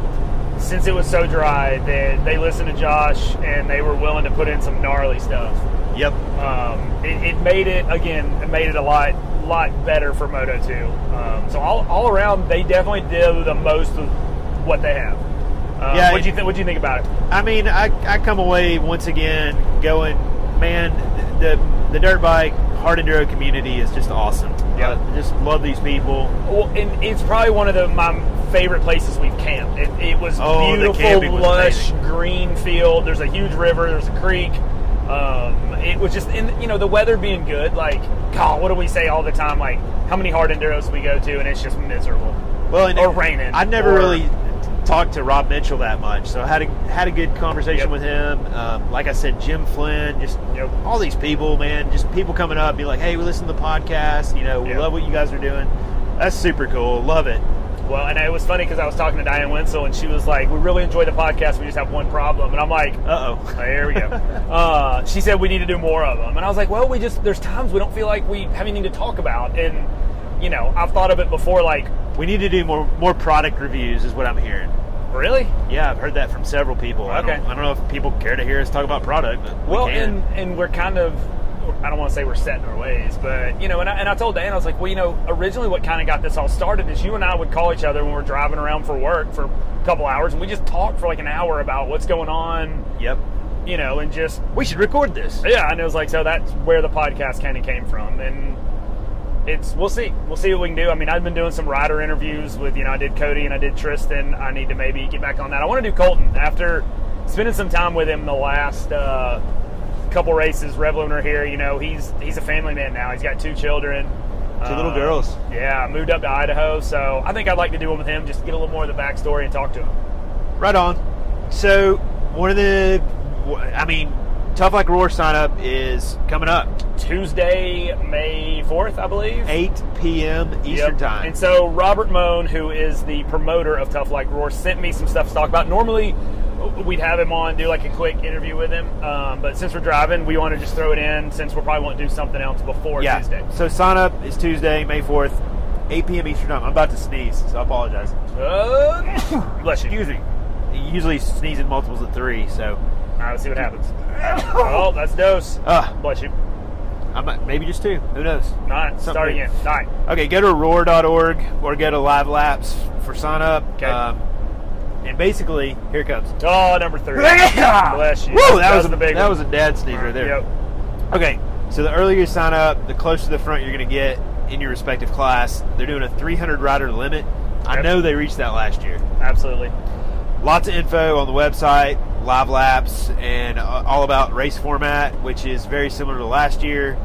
S2: since it was so dry, that they listened to Josh and they were willing to put in some gnarly stuff.
S4: Yep.
S2: Um, it, it made it again. It made it a lot, lot better for Moto Two. Um, so all, all around, they definitely did the most of what they have. Um,
S4: Yeah,
S2: What do you
S4: it-
S2: think? What do you think about it?
S4: I mean, I, I come away once again going, man, the the dirt bike hard enduro community is just awesome.
S2: Yeah.
S4: I just love these people.
S2: Well, and it's probably one of the, my favorite places we've camped. It, it was
S4: Oh, the camping
S2: beautiful,
S4: was
S2: lush,
S4: amazing.
S2: green field. There's a huge river. There's a creek. Um, it was just, and you know, the weather being good. Like, God, what do we say all the time? Like, how many hard enduros we go to, and it's just miserable.
S4: Well, and
S2: Or raining,
S4: I never
S2: or-
S4: really talked to Rob Mitchell that much, so I had a had a good conversation
S2: Yep.
S4: with him. Um, like I said, Jim Flynn, just
S2: Yep.
S4: all these people, man, just people coming up, be like, hey, we listen to the podcast. You know, we
S2: Yep.
S4: love what you guys are doing. That's super cool. Love it.
S2: Well, and it was funny because I was talking to Diane Wenzel, and she was like, "We really enjoy the podcast. We just have one problem." And I'm like,
S4: Uh oh.
S2: "There we go." uh, she said we need to do more of them, and I was like, "Well, we just there's times we don't feel like we have anything to talk about." And you know, I've thought of it before, like,
S4: We need to do more more product reviews, is what I'm hearing.
S2: really?
S4: Yeah, I've heard that from several people. I
S2: Okay.
S4: don't, I don't know if people care to hear us talk about product. But we
S2: Well,
S4: can.
S2: and and we're kind of. I don't want to say we're set in our ways, but you know, and I, and I told Dan, I was like, well, you know, originally what kind of got this all started is you and I would call each other when we're driving around for work for a couple hours, and we just talk for like an hour about what's going on,
S4: yep,
S2: you know, and just
S4: we should record this.
S2: yeah, and it was like so that's where the podcast kind of came from, and it's we'll see we'll see what we can do. I mean, I've been doing some rider interviews with you know I did Cody and I did Tristan. I need to maybe get back on that. I want to do Colton after spending some time with him the last uh, couple races. Rev Lunar here, you know he's he's a family man now. He's got two children,
S4: Two little
S2: Uh,
S4: girls.
S2: Yeah, moved up to Idaho, so I think I'd like to do one with him. Just get a little more of the backstory and talk to him.
S4: Right on. So one of the, wh- I mean, tough like roar sign up is coming up
S2: Tuesday, May fourth, I believe.
S4: 8 p.m. Eastern
S2: Yep.
S4: time.
S2: And so Robert Moan, who is the promoter of Tough Like Roar, sent me some stuff to talk about. Normally, we'd have him on, do like a quick interview with him. Um, but since we're driving, we want to just throw it in since we probably won't do something else before
S4: yeah.
S2: Tuesday.
S4: So sign up is Tuesday, May 4th, 8 p.m. Eastern time. I'm about to sneeze, so I apologize.
S2: Uh, bless you.
S4: Excuse me. Usually sneeze in multiples of three, so
S2: All right, let's see what happens. oh, that's dose.
S4: Ah.
S2: bless you.
S4: I might, maybe just two. Who knows?
S2: All right, start
S4: Something.
S2: again. All right.
S4: Okay, go to roar.org or go to Live Laps for sign up.
S2: Okay.
S4: and basically, here it comes.
S2: Oh, number three. bless you.
S4: Whoa, that, was a
S2: the big
S4: that
S2: one.
S4: was a dad sneeze right there.
S2: Yep.
S4: Okay, so the earlier you sign up, the closer to the front you're going to get in your respective class. They're doing a 300 rider limit. I
S2: Yep.
S4: know they reached that last year.
S2: Absolutely.
S4: Lots of info on the website, live laps, and uh, all about race format, which is very similar to last year.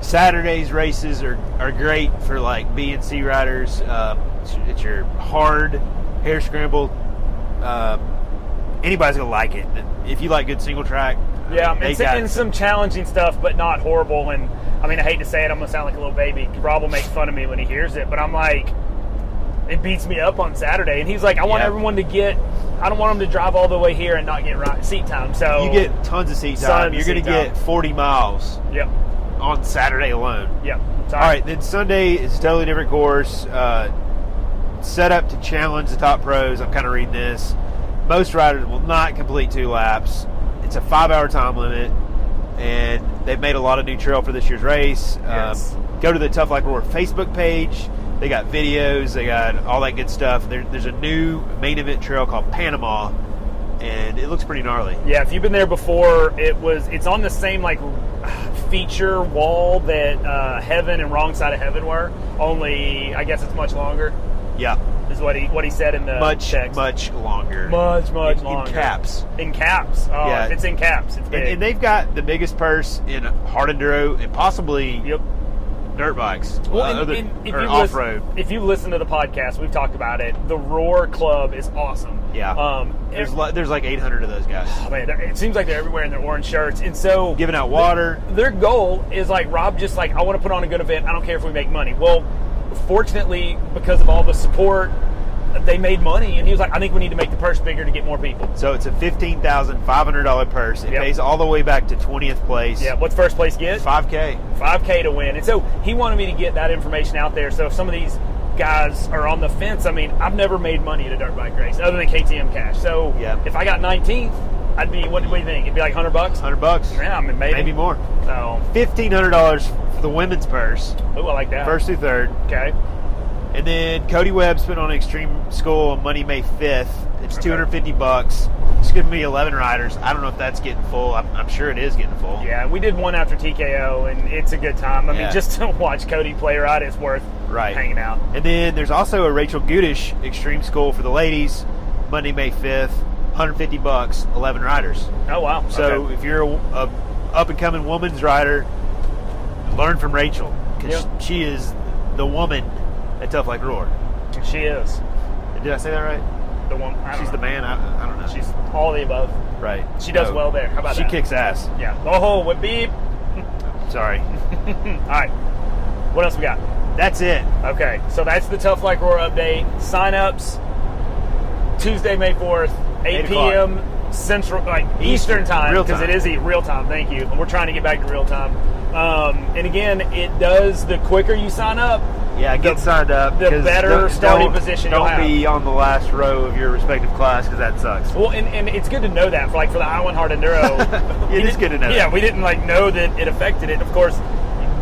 S4: Saturday's races are, are great for like B and C riders. Um, it's, it's your hard hair scramble. Um, anybody's gonna like it if you like good single track.
S2: Yeah,
S4: they
S2: and, some,
S4: got
S2: and some challenging stuff, but not horrible. And I mean, I hate to say it, I'm gonna sound like a little baby. Rob will make fun of me when he hears it, but I'm like, it beats me up on Saturday. And he's like, I want
S4: Yeah.
S2: everyone to get, I don't want them to drive all the way here and not get right, seat time. So
S4: you get tons of
S2: Oh.
S4: seat
S2: Tons
S4: time.
S2: of
S4: You're gonna
S2: seat time.
S4: get 40 miles
S2: yep,
S4: on Saturday alone.
S2: yep. Sorry.
S4: All right, then Sunday is a totally different course. Uh, set up to challenge the top pros. I'm kind of reading this. Most riders will not complete two laps. It's a five hour time limit, and they've made a lot of new trail for this year's race. Um,
S2: Yes.
S4: go to the Tough Like Roar Facebook page. They got videos, they got all that good stuff. There, there's a new main event trail called Panama, and it looks pretty gnarly.
S2: Yeah, if you've been there before, it was it's on the same like feature wall that uh, Heaven and Wrong Side of Heaven were. Only I guess it's much longer,
S4: Yeah,
S2: is what he what he said in the
S4: much,
S2: Uh, text.
S4: much longer.
S2: much much
S4: in
S2: longer.
S4: caps.
S2: In caps. Oh,
S4: Yeah.
S2: if it's in caps. It's
S4: And,
S2: big.
S4: and they've got the biggest purse in hard enduro and possibly
S2: yep.
S4: dirt bikes
S2: Well,
S4: uh,
S2: and-
S4: other-
S2: and if
S4: or
S2: you
S4: off
S2: listen-
S4: road.
S2: If you listen to the podcast, we've talked about it. The Roar Club is awesome.
S4: Yeah.
S2: Um.
S4: There's
S2: ev-
S4: li- there's like 800 of those guys
S2: oh, man, they're- it seems like they're everywhere in their orange shirts, and so
S4: giving out water.
S2: their goal is like Rob just like I want to put on a good event. I don't care if we make money. Well, fortunately, because of all the support, they made money, and he was like, I think we need to make the purse bigger to get more people.
S4: So it's a fifteen thousand five hundred dollar purse. It
S2: Yep.
S4: pays all the way back to twentieth place.
S2: Yeah. What's first place get?
S4: Five k.
S2: 5K to win. And so he wanted me to get that information out there. So if some of these guys are on the fence, I mean, I've never made money at a dirt bike race other than KTM cash. So
S4: Yeah.
S2: if I got 19th, I'd be, what do we think? It'd be like 100 bucks?
S4: Hundred bucks.
S2: Yeah, I mean, maybe.
S4: Maybe more.
S2: So,
S4: Fifteen hundred dollars for the women's purse,
S2: ooh, I like that.
S4: first through third,
S2: okay.
S4: and then Cody Webb's put on Extreme School on Monday May fifth. It's two hundred fifty bucks. It's going to be eleven riders. I don't know if that's getting full. I'm, I'm sure it is getting full.
S2: Yeah, we did one after TKO, and it's a good time. I
S4: Yeah.
S2: mean, just to watch Cody play right, it's worth
S4: Right.
S2: hanging out.
S4: And then there's also a Rachel Gudish Extreme School for the ladies, Monday, May 5th, 150 bucks, 11 riders.
S2: Oh, wow.
S4: So
S2: Okay.
S4: if you're a, up and coming woman's rider, learn from Rachel because
S2: Yeah.
S4: she is the woman at Tough Like Roar.
S2: she is
S4: Did I say that right?
S2: the one. I don't
S4: She's the
S2: know.
S4: man. I, I don't know.
S2: She's all the above.
S4: right.
S2: She does
S4: So
S2: well there. How about
S4: She
S2: that?
S4: kicks ass.
S2: Yeah. Oh, whip beep.
S4: Sorry.
S2: All right. What else we got?
S4: That's it.
S2: Okay, so that's the Tough Like Roar update. Sign-ups Tuesday, May fourth, eight,
S4: Eight o'clock.
S2: p.m. Central, like Eastern time,
S4: Real
S2: because
S4: time.
S2: it is e- real time. Thank you. And we're trying to get back to real time. Um, and again, it does. The quicker you sign up,
S4: Yeah, get
S2: The-
S4: signed up.
S2: the
S4: 'cause
S2: better
S4: don't-
S2: starting
S4: don't-
S2: position you'll
S4: Don't
S2: have.
S4: be on the last row of your respective class because that sucks.
S2: well, and, and it's good to know that for like for the Iowan Hard Enduro,
S4: It is good to know.
S2: Yeah, we didn't like know that it affected it. Of course,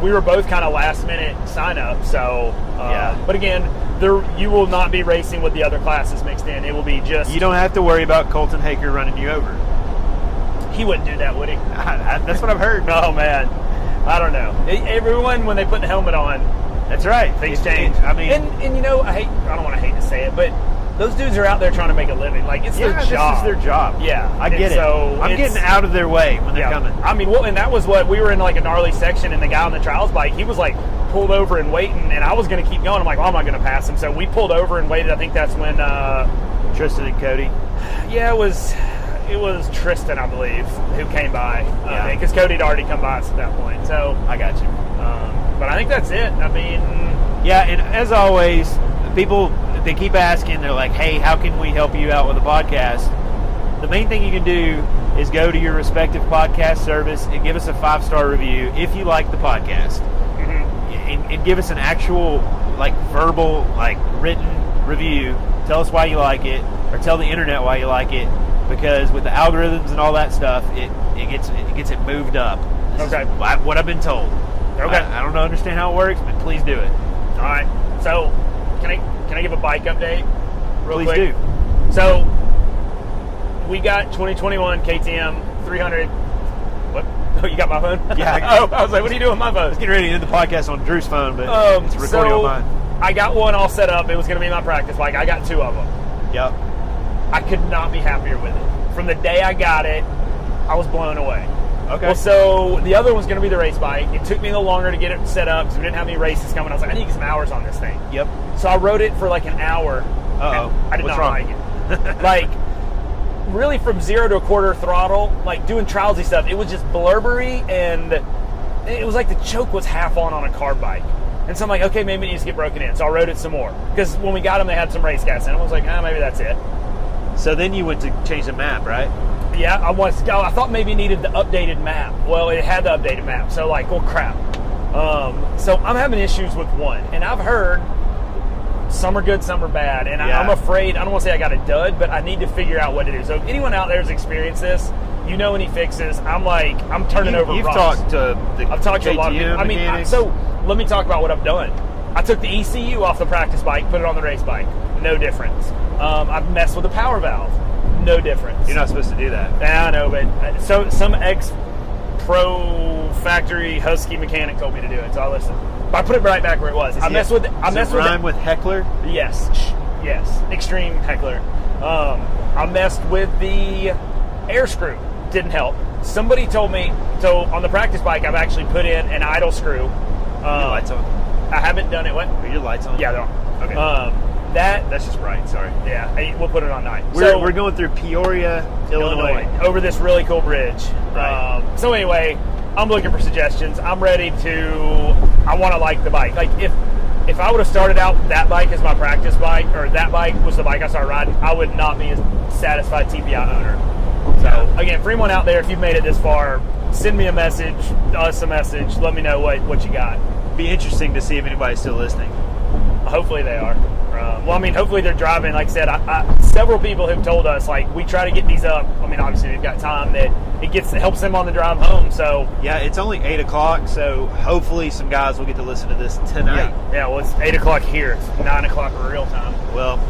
S2: we were both kind of last minute sign up. So, uh,
S4: Yeah.
S2: But again, there you will not be racing with the other classes mixed in. It will be just
S4: You don't have to worry about Colton Haker running you over.
S2: He wouldn't do that, would he?
S4: I, I, that's what I've heard.
S2: Oh man, I don't know. E- Everyone when they put the helmet on,
S4: That's right.
S2: things
S4: It-
S2: change.
S4: it- I mean,
S2: and and you know, I hate. I don't want to hate to say it, but those dudes are out there trying to make a living. Like it's
S4: yeah,
S2: their
S4: this
S2: job.
S4: is their job.
S2: Yeah,
S4: I
S2: and
S4: get it.
S2: So
S4: I'm
S2: it's-
S4: getting out of their way when they're
S2: Yeah.
S4: coming.
S2: I mean, well, and that was what we were in like a gnarly section, and the guy on the trials bike, he was like pulled over and waiting, and I was going to keep going. I'm like, oh, am I going to pass him? So we pulled over and waited. I think that's when, uh,
S4: Tristan and Cody.
S2: yeah, it was it was Tristan, I believe, who came by Uh,
S4: Yeah.
S2: because Cody had already come by us at that point. So,
S4: I got you.
S2: um, but I think that's it. I mean,
S4: Yeah, and as always, people they keep asking. They're like, "Hey, how can we help you out with a podcast?" The main thing you can do is go to your respective podcast service and give us a five star review if you like the podcast,
S2: Mm-hmm.
S4: and, and give us an actual like verbal like written review. Tell us why you like it, or tell the internet why you like it, because with the algorithms and all that stuff, it, it gets it gets it moved up. This is
S2: Okay.
S4: wha- what I've been told.
S2: Okay.
S4: I, I don't understand how it works, but please do it.
S2: all right. So, can I can I give a bike update? Real
S4: Please
S2: quick?
S4: do.
S2: So we got 2021 KTM 300. What? Oh, you got my phone?
S4: Yeah, I
S2: oh, I was like, what are you doing with my phone?
S4: Getting ready to end the podcast on Drew's phone, but
S2: Um,
S4: it's recording
S2: so
S4: on mine.
S2: I got one all set up. It was going to be my practice bike. I got two of them.
S4: Yep.
S2: I could not be happier with it. From the day I got it, I was blown away.
S4: Okay.
S2: Well, so the other one's going to be the race bike. It took me a little longer to get it set up because we didn't have any races coming. I was like, I need to get some hours on this thing.
S4: yep.
S2: So I rode it for like an hour.
S4: Uh-oh.
S2: And I did
S4: What's
S2: not
S4: wrong?
S2: like it. like really from zero to a quarter throttle, like doing trialsy stuff, it was just blurbery and it was like the choke was half on on a carb bike. And so I'm like, okay, maybe it needs to get broken in. So I rode it some more because when we got them, they had some race gas in. them. I was like, ah, maybe that's it.
S4: So then you went to change the map, right?
S2: Yeah, I was. I thought maybe it needed the updated map. Well, it had the updated map, so like, well, crap. Um, so I'm having issues with one, and I've heard some are good, some are bad, and I,
S4: Yeah.
S2: I'm afraid. I don't want to say I got a dud, but I need to figure out what it is. So if anyone out there has experienced this, you know any fixes? I'm like, I'm turning
S4: you,
S2: over.
S4: You've
S2: rocks.
S4: talked to the
S2: I've talked to a lot of
S4: KTM
S2: people. I mean, I,
S4: mechanics.
S2: so let me talk about what I've done. I took the ECU off the practice bike, put it on the race bike. No difference. Um, I've messed with the power valve. No difference.
S4: you're not supposed to do that.
S2: I know, but uh, so some ex pro factory husky mechanic told me to do it, so I listened. But I put it right back where it was. I
S4: Is it-
S2: mess with I
S4: does it
S2: mess with
S4: rhyme with heckler.
S2: the, yes, sh- yes, extreme heckler. Um, I messed with the air screw. Didn't help. Somebody told me so on the practice bike. I've actually put in an idle screw. Um,
S4: your lights on.
S2: I haven't done it. What?
S4: Are your lights on?
S2: Yeah, they're on.
S4: Okay.
S2: Um, that
S4: That's just right. Sorry.
S2: yeah, I- we'll put it on nine.
S4: We're,
S2: so,
S4: we're going through Peoria, Illinois.
S2: over this really cool bridge.
S4: Right.
S2: Um, so anyway, I'm looking for suggestions. I'm ready to. I want to like the bike. Like if if I would have started out that bike as my practice bike, or that bike was the bike I started riding, I would not be a satisfied TPI owner. So again, for anyone out there, if you've made it this far, send me a message, us a message. Let me know what what you got.
S4: Be interesting to see if anybody's still listening.
S2: Hopefully they are. Um, well, I mean, hopefully they're driving. Like I said, I, I, several people have told us like we try to get these up. I mean, obviously they've got time that it gets it helps them on the drive home. So
S4: Yeah, it's only eight o'clock, so hopefully some guys will get to listen to this tonight.
S2: yeah, yeah. Well, it's eight o'clock here. It's nine o'clock in real time.
S4: Well,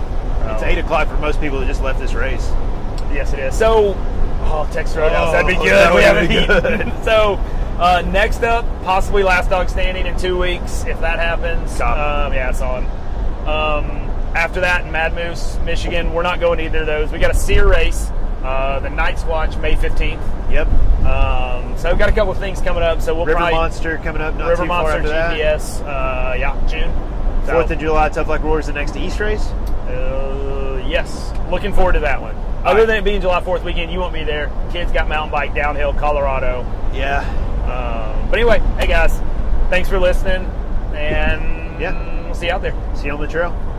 S4: it's
S2: Oh.
S4: eight o'clock for most people that just left this race.
S2: Yes, it is. So, oh, Texas Roadhouse, that'd be
S4: Oh,
S2: good.
S4: that
S2: we
S4: would
S2: haven't
S4: be
S2: eaten. so, uh, next up, possibly Last Dog Standing in two weeks, if that happens. Um, yeah, it's on. Um, after that, in Mad Moose, Michigan, we're not going to either of those. We got a Sear race, uh, the Night Squatch, May 15th.
S4: Yep.
S2: Um, so, we've got a couple of things coming up. So, we'll
S4: River
S2: probably
S4: Monster coming up not
S2: River
S4: too far
S2: Monster
S4: after that.
S2: GPS, uh, yeah, June. So,
S4: Fourth of July, Tough Like Roar is the next East race.
S2: Uh, yes, looking forward to that one. Other than it being July 4th weekend, you won't be there. Kids got mountain bike downhill, Colorado.
S4: Yeah.
S2: Um, but anyway, hey guys, thanks for listening. And Yeah.
S8: We'll see you out there.
S2: See you on the trail.